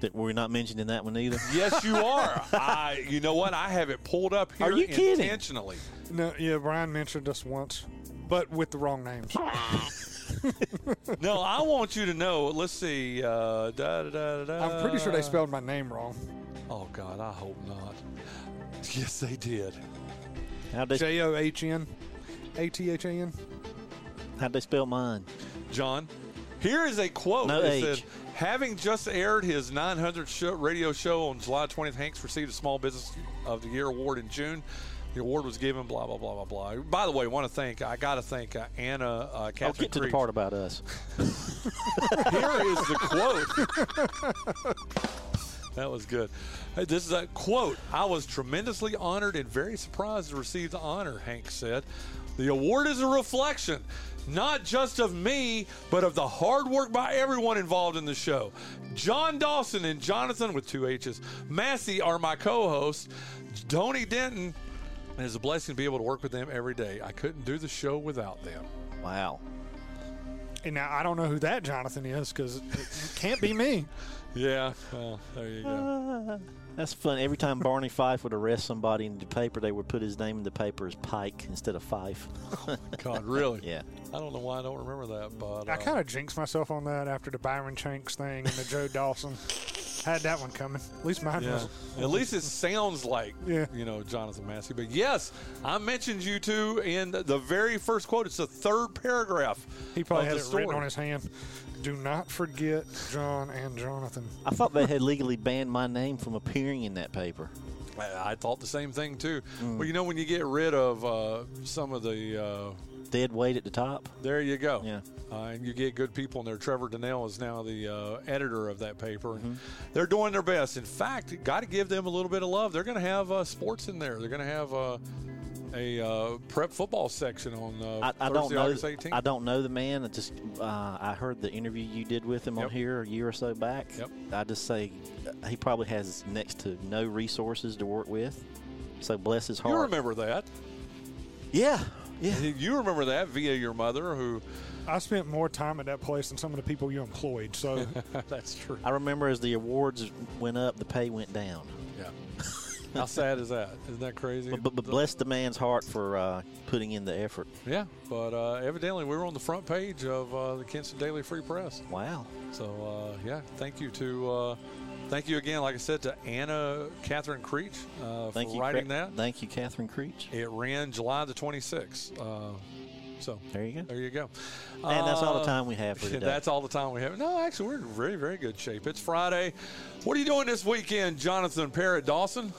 That we're not mentioning that one either.
Yes, you are. I. You know what? I have it pulled up here
Are you kidding?
intentionally.
No, yeah, Brian mentioned us once, but with the wrong names.
No, I want you to know. Let's see. Uh, da, da, da, da,
I'm pretty sure they
da.
spelled my name wrong.
Oh God, I hope not. Yes, they did.
How'd they,
J O H N A T H A N.
how'd they spell mine?
John, here is a quote.
No
it
age.
said, Having just aired his 900th show, radio show on July 20th, Hanks received a Small Business of the Year award in June. The award was given, blah, blah, blah, blah, blah. By the way, want to thank, I got to thank uh, Anna uh, Catherine
I'll get to the
Creech.
part about us.
Here is the quote. that was good. Hey, This is a quote. I was tremendously honored and very surprised to receive the honor, Hank said. The award is a reflection, not just of me, but of the hard work by everyone involved in the show. John Dawson and Jonathan, with two H's, Massey are my co hosts. Tony Denton, and it's a blessing to be able to work with them every day. I couldn't do the show without them.
Wow.
And now I don't know who that Jonathan is because it, it can't be me.
Yeah, well, there you go.
That's fun. Every time Barney Fife would arrest somebody in the paper, they would put his name in the paper as Pike instead of Fife.
God, really?
Yeah.
I don't know why I don't remember that, but
I
uh,
kind of jinxed myself on that after the Byron Chanks thing and the Joe Dawson. Had that one coming. At least mine
yeah.
was.
At least it sounds like
Yeah.
you know Jonathan Massey. But yes, I mentioned you two in the very first quote. It's the third paragraph.
He probably
of
has
that
it written
story.
on his hand. Do not forget John and Jonathan.
I thought they had legally banned my name from appearing in that paper.
I I thought the same thing too.
Mm.
Well, you know when you get rid of uh, some of the. Uh,
Dead weight at the top.
there you go.
Yeah.
Uh, and you get good people in there. Trevor Donnell is now the uh, editor of that paper.
Mm-hmm.
and They're doing their best. In fact, got to give them a little bit of love. They're going to have uh, sports in there. They're going to have uh, a uh, prep football section on uh,
I,
Thursday,
I don't know.
August 18th.
I don't know the man. I just uh, I heard the interview you did with him
Yep.
on here a year or so back.
Yep.
I just say uh, he probably has next to no resources to work with. So bless his heart.
you remember that.
Yeah. Yeah.
You remember that via your mother, who.
I spent more time at that place than some of the people you employed. So
That's true.
I remember as the awards went up, the pay went down.
Yeah. How sad is that? Isn't that crazy?
But, but, but bless the man's heart for uh, putting in the effort.
yeah, but uh, evidently we were on the front page of uh, the Kinston Daily Free Press.
Wow.
So uh, yeah, thank you to uh, thank you again. Like I said, to Anna Catherine Creech uh,
Thank
for
you.
writing
Cre-
that.
Thank you, Catherine Creech.
It ran July the 26th. Uh, so
There you go.
there you go. Uh,
And that's all the time we have for today.
That's all the time we have. No, actually, we're in very, very good shape. It's Friday. What are you doing this weekend, Jonathan Parrott Dawson?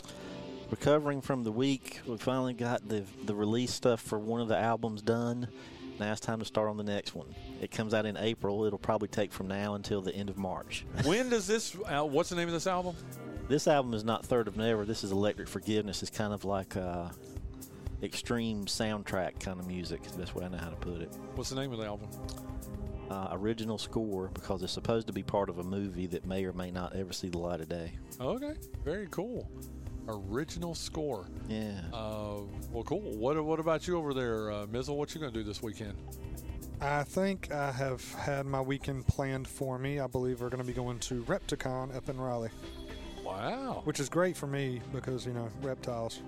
recovering from the week. We finally got the the release stuff for one of the albums done. Now it's time to start on the next one. It comes out in April. It'll probably take from now until the end of March.
When does this? Uh, what's the name of this album?
this album is not Third of Never. This is Electric Forgiveness. It's kind of like uh, extreme soundtrack kind of music. Is the best way I know how to put it.
What's the name of the album?
Uh, original score because it's supposed to be part of a movie that may or may not ever see the light of day.
Okay, very cool. Original score.
Yeah.
Uh, well, cool. What What about you over there, uh, Mizzle? What you gonna do this weekend?
I think I have had my weekend planned for me. I believe we're going to be going to Repticon up in Raleigh,
Wow.
which is great for me because, you know, reptiles.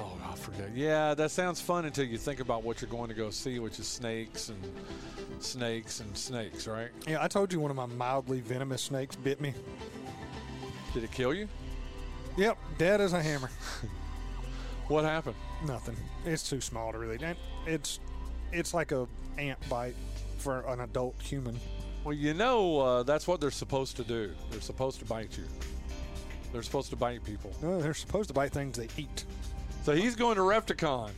Oh, I forget. Yeah, that sounds fun until you think about what you're going to go see, which is snakes and snakes and snakes, right?
Yeah, I told you one of my mildly venomous snakes bit me.
Did it kill you?
Yep, dead as a hammer.
What happened?
Nothing. It's too small to really. and It's it's like a ant bite for an adult human.
Well, you know, uh, that's what they're supposed to do. They're supposed to bite you. They're supposed to bite people.
No, Uh, they're supposed to bite things they eat.
So he's going to Repticon.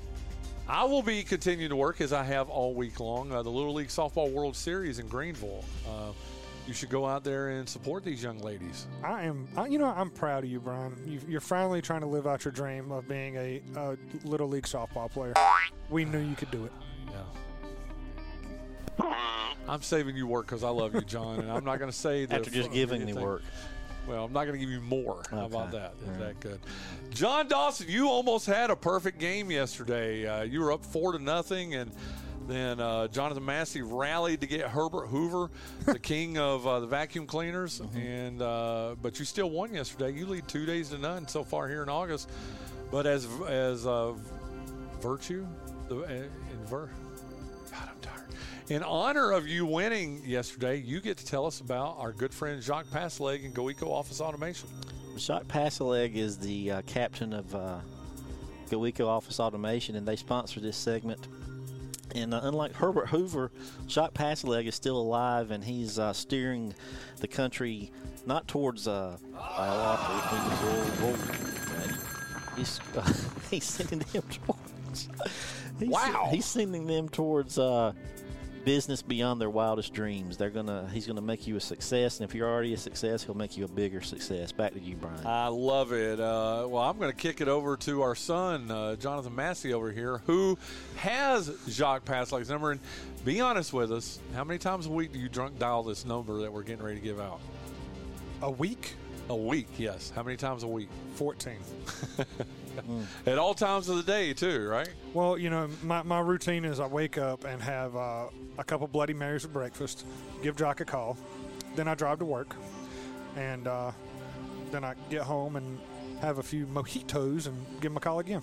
I will be continuing to work as I have all week long. Uh, the Little League Softball World Series in Greenville. Uh, you should go out there and support these young ladies.
I am, I, you know, I'm proud of you, Brian. you you're finally trying to live out your dream of being a, a little league softball player. We knew you could do it.
Yeah. I'm saving you work because I love you, John, and I'm not going to say that.
After just giving me work.
Well, I'm not going to give you more. How about
Okay.
that? Is
All right.
that good? John Dawson, you almost had a perfect game yesterday. Uh, you were up four to nothing, and then uh, Jonathan Massey rallied to get Herbert Hoover, the king of uh, the vacuum cleaners,
Mm-hmm.
and uh, but you still won yesterday. You lead two days to none so far here in August. But as as uh, virtue, the uh, in vir- God, I'm tired. In honor of you winning yesterday, you get to tell us about our good friend Jacques Pasleg and GoEco Office Automation.
Jacques Pasileg is the uh, captain of uh, GoEco Office Automation, and they sponsor this segment. And uh, unlike Herbert Hoover, Jacques Pasileg is still alive, and he's uh, steering the country not towards uh, he's, uh, he's sending them towards. He's,
Wow.
He's sending them towards uh, business beyond their wildest dreams. They're gonna. He's gonna make you a success, and if you're already a success, he'll make you a bigger success. Back to you, Brian.
I love it. Uh, well, I'm going to kick it over to our son, uh, Jonathan Massey, over here, who has Jacques Pasleg's number. And be honest with us, how many times a week do you drunk dial this number that we're getting ready to give out?
A week,
A week, yes. How many times a week?
14.
At all times of the day, too, right?
Well, you know, my, my routine is I wake up and have uh, a couple Bloody Marys at breakfast, give Jock a call, then I drive to work, and uh, then I get home and have a few mojitos and give him a call again.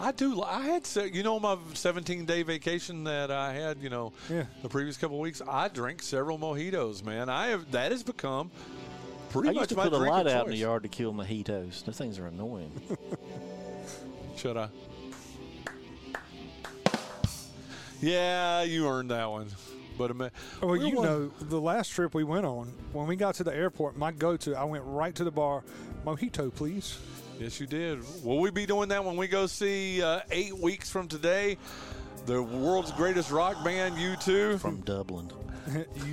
I do. li- I had, se- you know, my 17 day vacation that I had, you know,
Yeah.
the previous couple of weeks, I drank several mojitos, man. I have, that has become pretty
I
much
used to
my
put a
drink
lot
of
out in the
choice.
yard to kill mojitos. Those things are annoying.
Should I? Yeah, you earned that one. But uh, a man,
Oh, Well, you know, the last trip we went on, when we got to the airport, my go-to, I went right to the bar, mojito, please.
yes, you did. Will we be doing that when we go see uh, eight weeks from today? The world's greatest rock band, U2.
From Dublin.
you,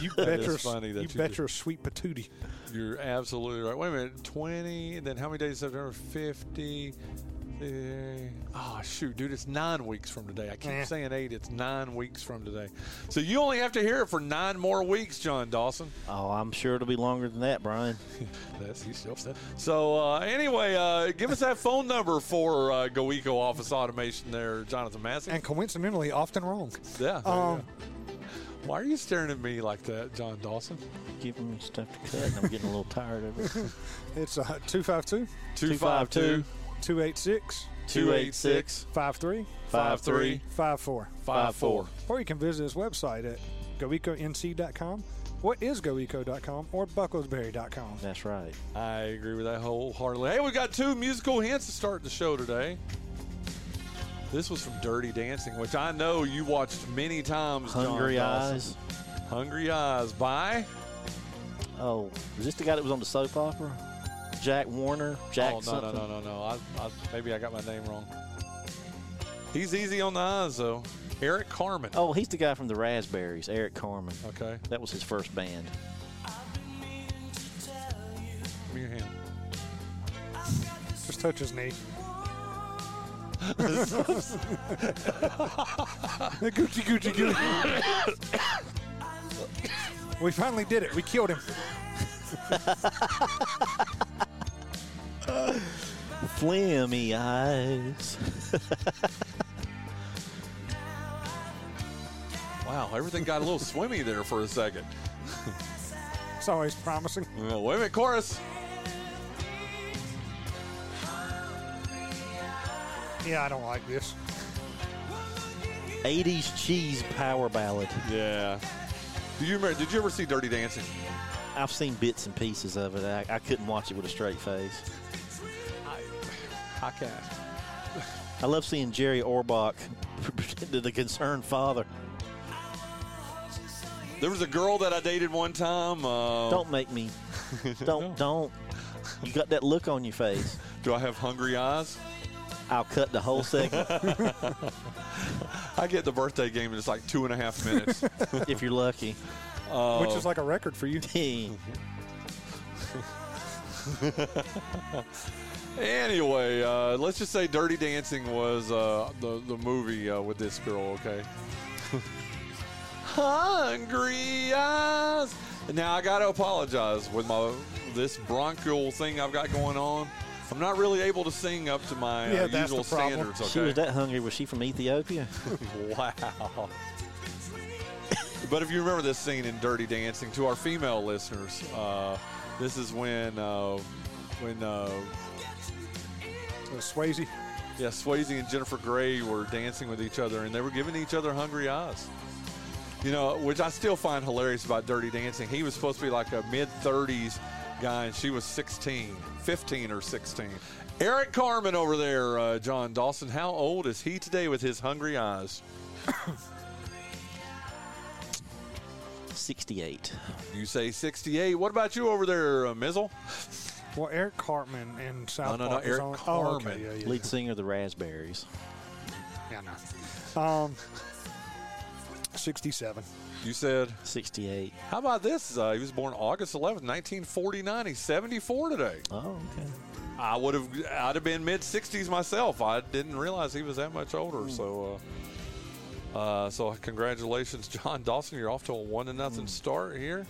you bet
is
your,
funny that
you
you
bet
did.
your sweet patootie.
You're absolutely right. Wait a minute, 20, and then how many days is September? 50. eh, Oh, shoot, dude, it's nine weeks from today. I keep
Eh.
saying eight, it's nine weeks from today. So you only have to hear it for nine more weeks, John Dawson.
Oh, I'm sure it'll be longer than that, Brian.
That's, he's still upset. So uh, anyway, uh, give us that phone number for uh, GoEco Office Automation there, Jonathan Massey.
And coincidentally, often wrong.
yeah. there
Um,
you go. Why are you staring at me like that, John Dawson?
Giving me stuff to cut, and I'm getting a little tired of it.
It's uh, 252
252.
286
286
5354.
5354.
Or you can visit his website at goeconc.com. What is goeco.com or bucklesberry.com?
That's right.
I agree with that wholeheartedly. Hey, we got two musical hints to start the show today. This was from Dirty Dancing, which I know you watched many times. John
Hungry
Dawson.
Eyes.
Hungry Eyes by
Oh, is this the guy that was on the soap opera? Jack Warner? Jack
Oh no, no
something?
no no no! I, I, maybe I got my name wrong. He's easy on the eyes though. Eric Carmen.
Oh, he's the guy from the Raspberries, Eric Carmen.
Okay,
That was his first band.
give me your hand.
Just touch his knee. The Gucci, Gucci, Gucci. we finally did it. We killed him.
Flimmy Eyes.
Wow, everything got a little swimmy there for a second.
It's always promising.
Well, wait a minute, chorus.
Yeah, I don't like this.
80s cheese power ballad.
Yeah. Do you remember? Did you ever see Dirty Dancing?
I've seen bits and pieces of it. I, I couldn't watch it with a straight face.
I can't.
I love seeing Jerry Orbach to the concerned father.
There was a girl that I dated one time. Uh,
Don't make me. Don't, don't. You got that look on your face.
do I have hungry eyes?
I'll cut the whole segment
I get the birthday game and it's like two and a half minutes.
if you're lucky.
Oh.
which is like a record for you.
anyway, uh, let's just say Dirty Dancing was uh, the, the movie uh, with this girl, okay? Hungry eyes. Now, I got to apologize with my this bronchial thing I've got going on. I'm not really able to sing up to my
Yeah,
uh,
that's
usual
the problem.
standards, okay?
She was that hungry. Was she from Ethiopia?
Wow. but if you remember this scene in Dirty Dancing, to our female listeners, uh, this is when uh, when uh,
Uh, Swayze.
yeah, Swayze and Jennifer Grey were dancing with each other, and they were giving each other hungry eyes. You know, which I still find hilarious about Dirty Dancing. He was supposed to be like a mid 30s guy, and she was 16, 15 or 16. Eric Carmen over there, uh, John Dawson, how old is he today with his hungry eyes?
68.
You say 68. What about you over there, uh, Mizzle?
Well, Eric Cartman in South
no, no,
Park is
Eric
on. Oh,
Cartman.
okay, yeah, yeah,
Lead singer of the Raspberries.
yeah, no. Um, sixty-seven.
You said,
68.
how about this? Uh, he was born August 11th, 1949. He's 74 today.
Oh, okay.
I would have, I'd have been mid 60s myself. I didn't realize he was that much older. So, uh, uh, so congratulations, John Dawson. You're off to a one to nothing start here.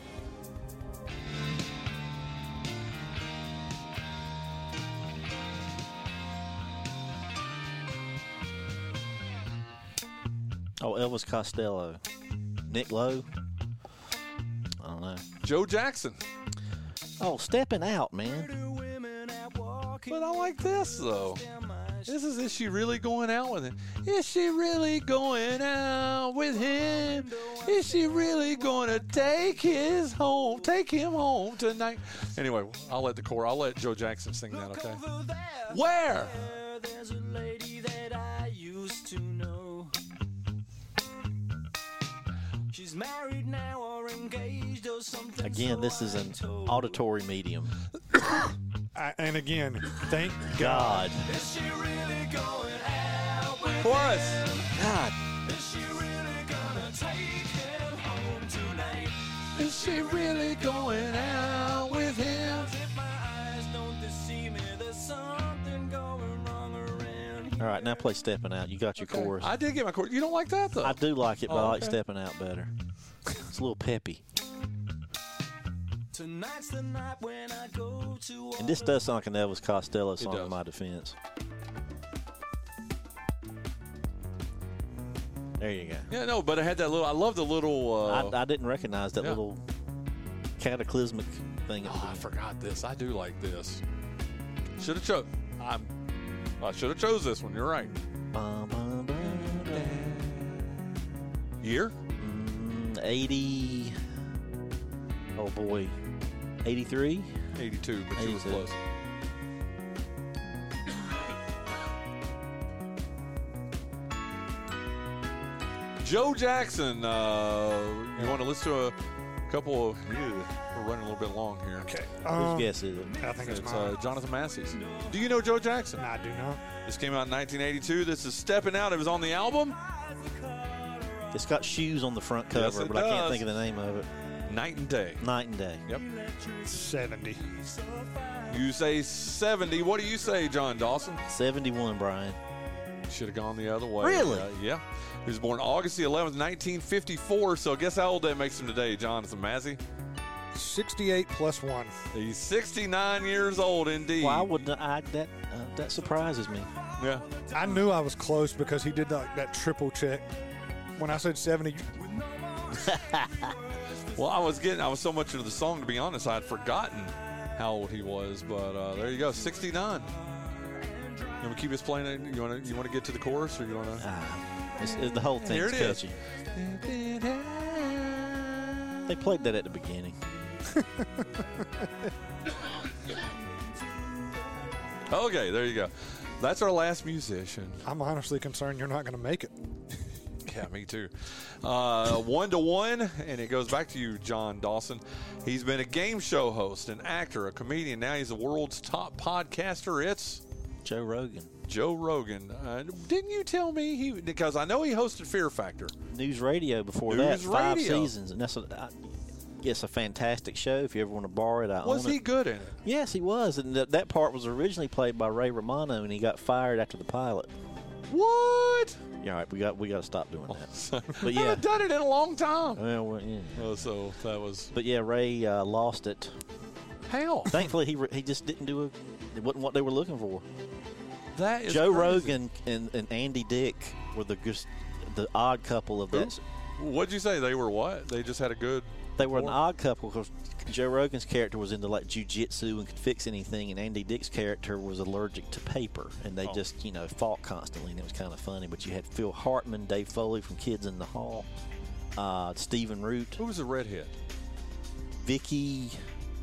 Oh, Elvis Costello. Nick Lowe. I don't know.
Joe Jackson.
Oh, stepping out, man.
But I like this though. This is is she really going out with him? Is she really going out with him? Is she really gonna take his home, take him home tonight? Anyway, I'll let the core. I'll let Joe Jackson sing that. Okay. Where?
There's a lady that I used to know. She's married now or engaged or something.
Again, this is an auditory medium.
I, and again, thank
God.
Is she really going out with
Chorus.
God.
Is she really gonna take him home tonight?
Is she really going out with him?
If my eyes don't deceive me, there's something going wrong around
All right, now play stepping out. You got your chorus.
I did get my chorus. You don't like that though.
I do like it, but
Oh,
I like
okay.
stepping out better. It's a little peppy.
Tonight's the night when I go to
And this does sound like an Elvis Costello song
does.
in my defense. There you go.
yeah, no, but I had that little. I love the little. Uh,
I, I didn't recognize that
yeah.
little cataclysmic thing. at the
Oh, I forgot this. I do like this. Should have chose. I'm. I should have chose this one. You're right.
Bum, bum, bum,
Year?
bum. 80. Oh boy. 83?
82, but you was
82.
close. Joe Jackson. Uh, you want to listen to a couple of? We're running a little bit long here.
Okay.
Whose
Uh,
Um,
guess is it?
I think it's
It's
mine.
uh, Jonathan Massey's. Do you know Joe Jackson?
I do not.
This came out in 1982. This is Stepping Out. It was on the album.
It's got shoes on the front cover,
it
but I can't
does.
think of the name of it.
Night and Day.
Night and day.
Yep.
Seventy.
You say 70. What do you say, John Dawson?
71, Brian.
Should have gone the other way.
Really?
Uh, yeah. He was born August the 11th, 1954. So guess how old that makes him today, Jonathan Massey?
Sixty-eight plus one.
He's 69 years old indeed.
Why would I? That uh, that surprises me.
Yeah.
I knew I was close because he did that, that triple check. When I said seventy,
Well, I was getting, I was so much into the song, to be honest, I had forgotten how old he was. But uh, there you go, 69. You want to keep us playing it? You want to, you want to get to the chorus or you want to?
Ah, it's, it- the whole
Here
thing's
it is.
catchy. They played that at the beginning.
Okay, there you go. That's our last musician.
I'm honestly concerned you're not going to make it.
Yeah, me too. Uh, one to one, and it goes back to you, John Dawson. He's been a game show host, an actor, a comedian. Now he's the world's top podcaster. It's
Joe Rogan,
Joe Rogan. Uh, didn't you tell me he? Because I know he hosted Fear Factor.
news radio before
News
that, five
radio.
seasons, and that's a, I, it's a fantastic show. If you ever want to borrow it, I
Was
own
he
it.
good in it?
Yes, he was, and th- that part was originally played by Ray Romano, and he got fired after the pilot.
What?
Yeah, all right, we got we got to stop doing that. But
I
yeah,
haven't done it in a long time.
well, well, yeah.
Oh, so that was
but yeah, Ray uh, lost it.
how
Thankfully, he re- he just didn't do a, it wasn't what they were looking for.
that is
Joe
crazy.
Rogan and, and Andy Dick were the just the odd couple of this.
What'd you say? They were what? They just had a good.
They were an
Or-
odd couple because Joe Rogan's character was into like jujitsu and could fix anything, and Andy Dick's character was allergic to paper, and they just you know fought constantly, and it was kind of funny. But you had Phil Hartman, Dave Foley from Kids in the Hall, uh, Stephen Root,
Who was the redhead?
Vicky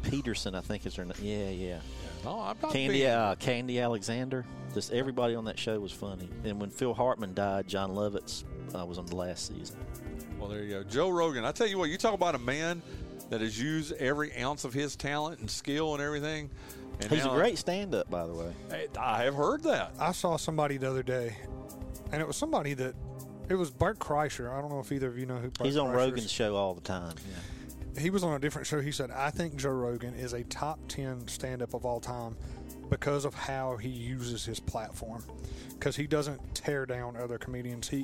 Peterson, I think is her name. Yeah, yeah.
No, Oh, I'm not.
Candy,
being-
uh, Candy Alexander. Just everybody on that show was funny. And when Phil Hartman died, John Lovitz uh, was on the last season.
Well, there you go. Joe Rogan. I tell you what, you talk about a man that has used every ounce of his talent and skill and everything. And
He's
now-
a great stand-up, by the way.
Hey, I have heard that.
I saw somebody the other day, and it was somebody that it was Bert Kreischer. I don't know if either of you know who Bert
He's on
Kreischer
Rogan's
is.
show all the time.
He was on a different show. He said, "I think Joe Rogan is a top ten stand-up of all time because of how he uses his platform. Because he doesn't tear down other comedians. He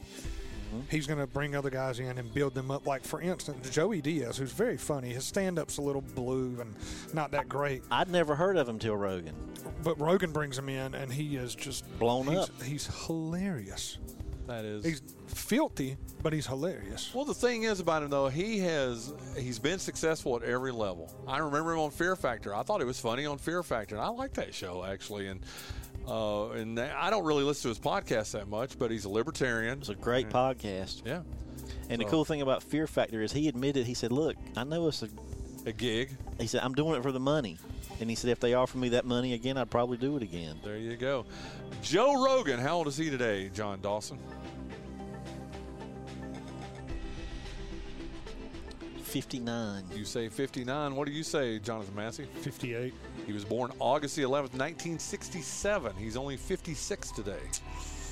Mm-hmm.
he's going to bring other guys in and build them up. Like for instance, Joey Diaz, who's very funny. His stand-up's a little blue and not that great,
I'd never heard of him till Rogan.
but Rogan brings him in, and he is just
Blown
he's-
up.
He's hilarious.
That is.
He's filthy, but he's hilarious.
well, the thing is about him though, he has he's been successful at every level. I remember him on Fear Factor. I thought it was funny on Fear Factor, and I like that show actually. And uh, and I don't really listen to his podcast that much, but he's a libertarian.
It's a
Mm.
great podcast.
Yeah,
And the cool thing about Fear Factor is he admitted, he said, look, I know it's a,
a gig.
he said, I'm doing it for the money. And he said, if they offer me that money again, I'd probably do it again.
There you go. Joe Rogan. How old is he today, John Dawson?
59.
You say 59. What do you say, Jonathan Massey?
58.
He was born August the 11th, 1967. He's only 56 today.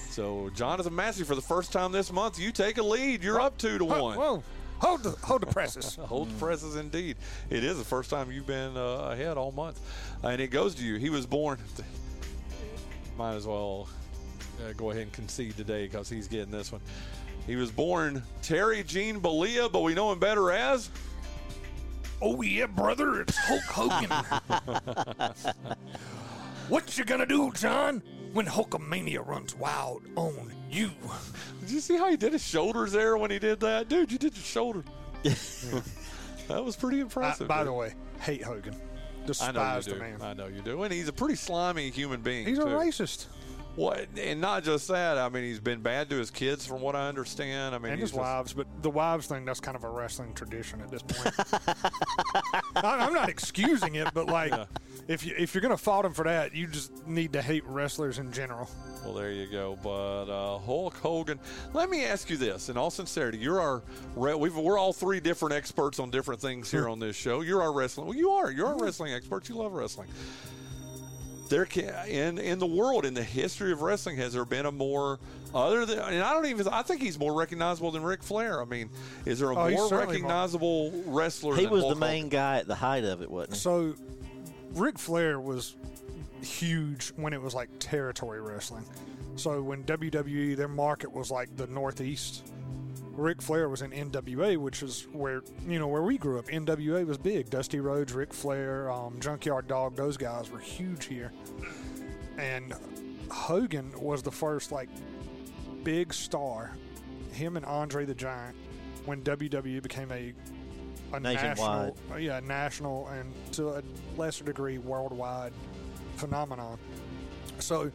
So, Jonathan Massey, for the first time this month, you take a lead. You're up two to one.
Whoa, hold the hold the presses.
Hold the presses indeed. It is the first time you've been uh, ahead all month. And it goes to you. He was born. Might as well uh, go ahead and concede today because he's getting this one. He was born Terry Gene Balea, but we know him better as.
Oh, yeah, brother, it's Hulk Hogan. what you gonna do, John, when Hulkamania runs wild on you?
Uh,
Did you see how he did his shoulders there when he did that? Dude, you did your shoulder. that was pretty
I,
impressive.
Uh, by
dude.
the way, hate Hogan.
I know you
Despise the
do.
man.
I know you do. And he's a pretty slimy human being.
He's a
too.
racist.
What? And not just that. I mean, he's been bad to his kids, from what I understand. I mean,
And
he's
his wives, but the wives thing, that's kind of a wrestling tradition at this point. I- I'm not excusing it, but like, if, you, if you're going to fault him for that, you just need to hate wrestlers in general.
Just, well, there you go. But uh, Hulk Hogan. Let me ask you this, in all sincerity, you're our. re- We've, we're all three different experts on different things here
Hmm.
on this show. You're our wrestling. Well, you are. You're our wrestling experts. You love wrestling. there can in in the world in the history of wrestling has there been a more other than and I don't even I think he's more recognizable than Ric Flair. I mean, is there a
Oh, he's
more
certainly more-
recognizable wrestler?
He
than
was the
Hulk
main
Hogan?
guy at the height of it, wasn't he?
So, Ric Flair was huge when it was like territory wrestling. So when WWE, their market was like the Northeast. Ric Flair was in NWA, which is where you know where we grew up. NWA was big. Dusty Rhodes, Ric Flair, um, Junkyard Dog, those guys were huge here. And Hogan was the first like big star. Him and Andre the Giant when WWE became a a
Nationwide.
national, yeah, national and to a lesser degree worldwide phenomenon. So,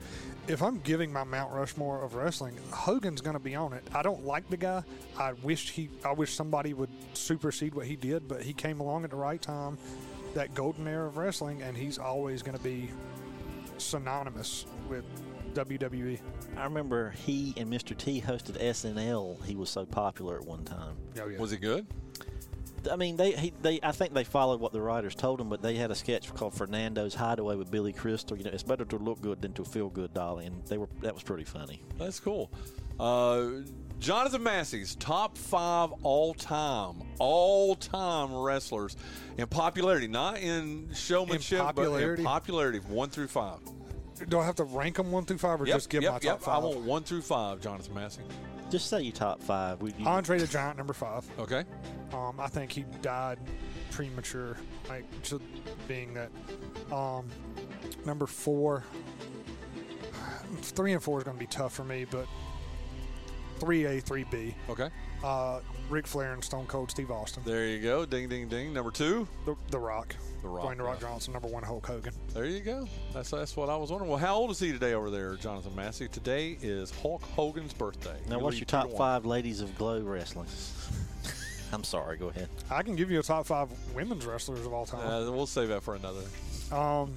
if I'm giving my Mount Rushmore of wrestling, Hogan's going to be on it. I don't like the guy. I wish he, I wish somebody would supersede what he did, but he came along at the right time, that golden era of wrestling, and he's always going to be synonymous with E. WWE.
I remember he and Mr. T hosted SNL. He was so popular at one time.
Oh, yeah.
Was it good?
I mean, they he, they I think they followed what the writers told them, but they had a sketch called Fernando's Hideaway with Billy Crystal. You know, it's better to look good than to feel good, Dolly, and they were that was pretty funny.
That's cool. Uh, Jonathan Massey's top five all time, all time wrestlers in popularity, not in showmanship,
In
but
popularity?
in popularity, one through five.
Do I have to rank them one through five or
Yep,
just give
yep,
my top
yep.
five?
I want one through five, Jonathan Massey.
Just say your top five. We, you,
Andre the Giant, number five.
Okay.
Um, I think he died premature, like just being that. Um, number four, three and four is going to be tough for me, but three A, three B.
Okay.
Uh, Ric Flair and Stone Cold Steve Austin.
There you go. Ding, ding, ding. Number two.
The, the Rock.
The Rock,
Dwayne the Rock
yeah.
Johnson, number one Hulk Hogan.
There you go. That's that's what I was wondering. Well, how old is he today over there, Jonathan Massey? Today is Hulk Hogan's birthday.
now,
You
what's
lead two to
your top
one.
five ladies of glow wrestling? I'm sorry. Go ahead.
I can give you a top five women's wrestlers of all time.
Uh, we'll save that for another.
um,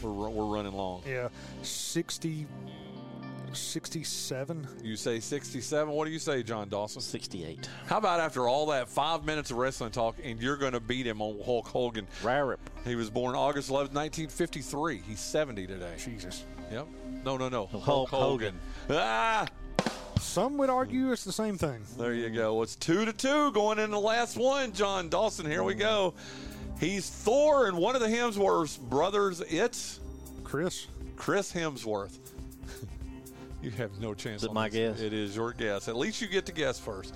We're, ru- we're running long.
yeah, 60, 67.
You say 67. What do you say, John Dawson?
Sixty-eight.
How about after all that five minutes of wrestling talk, and you're going to beat him on Hulk Hogan?
Rarup.
He was born August 11th, 1953. He's 70 today.
Jesus.
Yep. No, no, no. Hulk,
Hogan.
Hogan. Ah,
Some would argue it's the same thing.
there you go. Well, it's two to two going in the last one. John Dawson, here we go. He's Thor and one of the Hemsworths brothers. It's
Chris,
Chris Hemsworth. you have no chance.
Is it
on
my
this.
guess?
It is your guess. At least you get to guess first.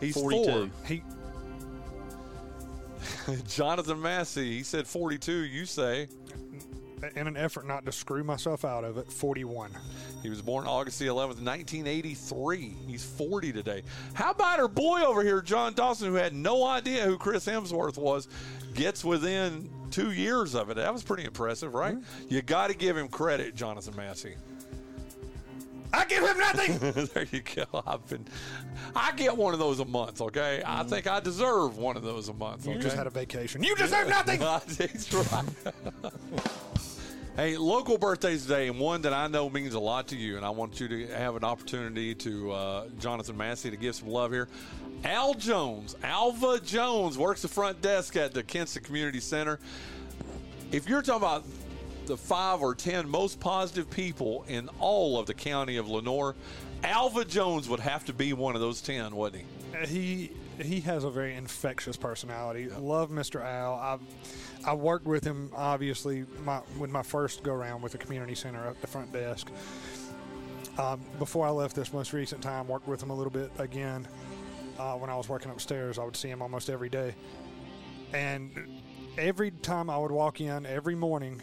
He's
42.
Thor.
he
Jonathan Massey. He said 42. You say
in an effort not to screw myself out of it, 41.
he was born August the 11th, 1983. He's 40 today. How about our boy over here, John Dawson, who had no idea who Chris Hemsworth was, gets within two years of it. That was pretty impressive, right?
Mm-hmm.
You got to give him credit, Jonathan Massey. I give him nothing. there you go. I've been. I get one of those a month. Okay, I think I deserve one of those a month.
Mm-hmm. You
okay?
just had a vacation. You deserve nothing.
That's right. hey, local birthdays today, and one that I know means a lot to you, and I want you to have an opportunity to uh, Jonathan Massey to give some love here. Al Jones, Alva Jones, works the front desk at the Kinston Community Center. If you're talking about the five or ten most positive people in all of the county of Lenore, Alva Jones would have to be one of those ten, wouldn't he?
He he has a very infectious personality. Love Mr. Al. I I worked with him obviously my with my first go round with the community center at the front desk. Um, before I left this most recent time, worked with him a little bit again. Uh, when I was working upstairs, I would see him almost every day, and every time I would walk in every morning,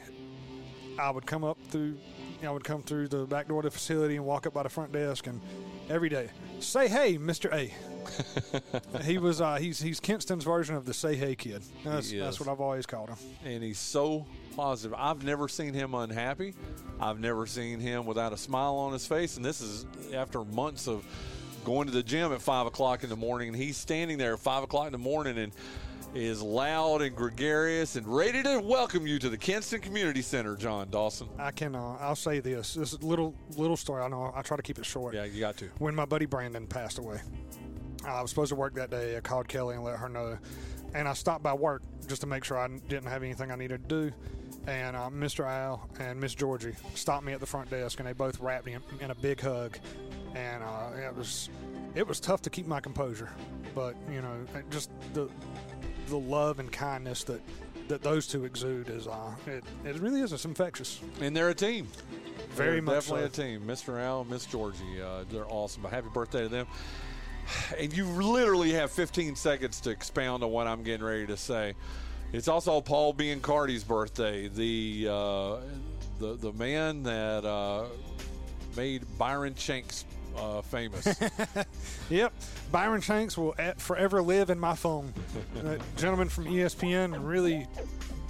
I would come up through. I would come through the back door of the facility and walk up by the front desk, and every day say, "Hey, Mister A." he was uh, he's he's Kinston's version of the say hey kid. That's,
He
that's
is.
what I've always called him.
and he's so positive. I've never seen him unhappy. I've never seen him without a smile on his face. And this is after months of going to the gym at five o'clock in the morning, and he's standing there at five o'clock in the morning and is loud and gregarious and ready to welcome you to the Kinston Community Center, John Dawson.
I can uh, I'll say this this is a little little story. I know I try to keep it short.
Yeah, you got to.
When my buddy Brandon passed away, I was supposed to work that day. I called Kelly and let her know, and I stopped by work just to make sure I didn't have anything I needed to do. And uh, Mr. Al and Miss Georgie stopped me at the front desk, and they both wrapped me in, in a big hug. And uh, it was it was tough to keep my composure, but you know, it just the the love and kindness that that those two exude is uh, it, it really is it's infectious.
And they're a team.
Very
They're
much
definitely
so.
a team. Mr. Al, Miss Georgie, uh, they're awesome. But happy birthday to them. And you literally have 15 seconds to expound on what I'm getting ready to say. It's also Paul Biancardi's birthday. The uh, the the man that uh, made Byron Shanks uh, famous.
Yep, Byron Shanks will at forever live in my Uh, E phone. that gentleman from ESPN really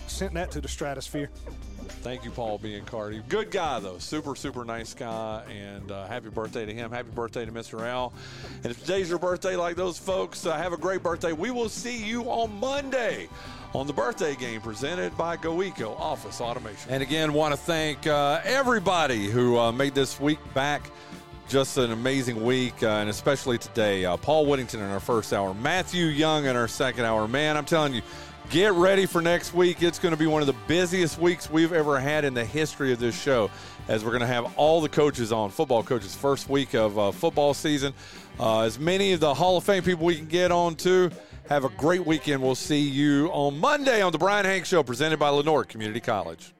sent that to the stratosphere.
Thank you, Paul B. and Cardi. Good guy, though. Super, super nice guy. And uh, happy birthday to him. Happy birthday to Mr. Al. And if today's your birthday, like those folks, uh, have a great birthday. We will see you on Monday on the birthday game presented by GoEco Office Automation. And again, want to thank uh, everybody who uh, made this week back just an amazing week, uh, and especially today. Uh, Paul Whittington in our first hour, Matthew Young in our second hour. Man, I'm telling you, get ready for next week. It's going to be one of the busiest weeks we've ever had in the history of this show, as we're going to have all the coaches on, football coaches, first week of uh, football season. Uh, as many of the Hall of Fame people we can get on to. Have a great weekend. We'll see you on Monday on The Brian Hank Show, presented by Lenore Community College.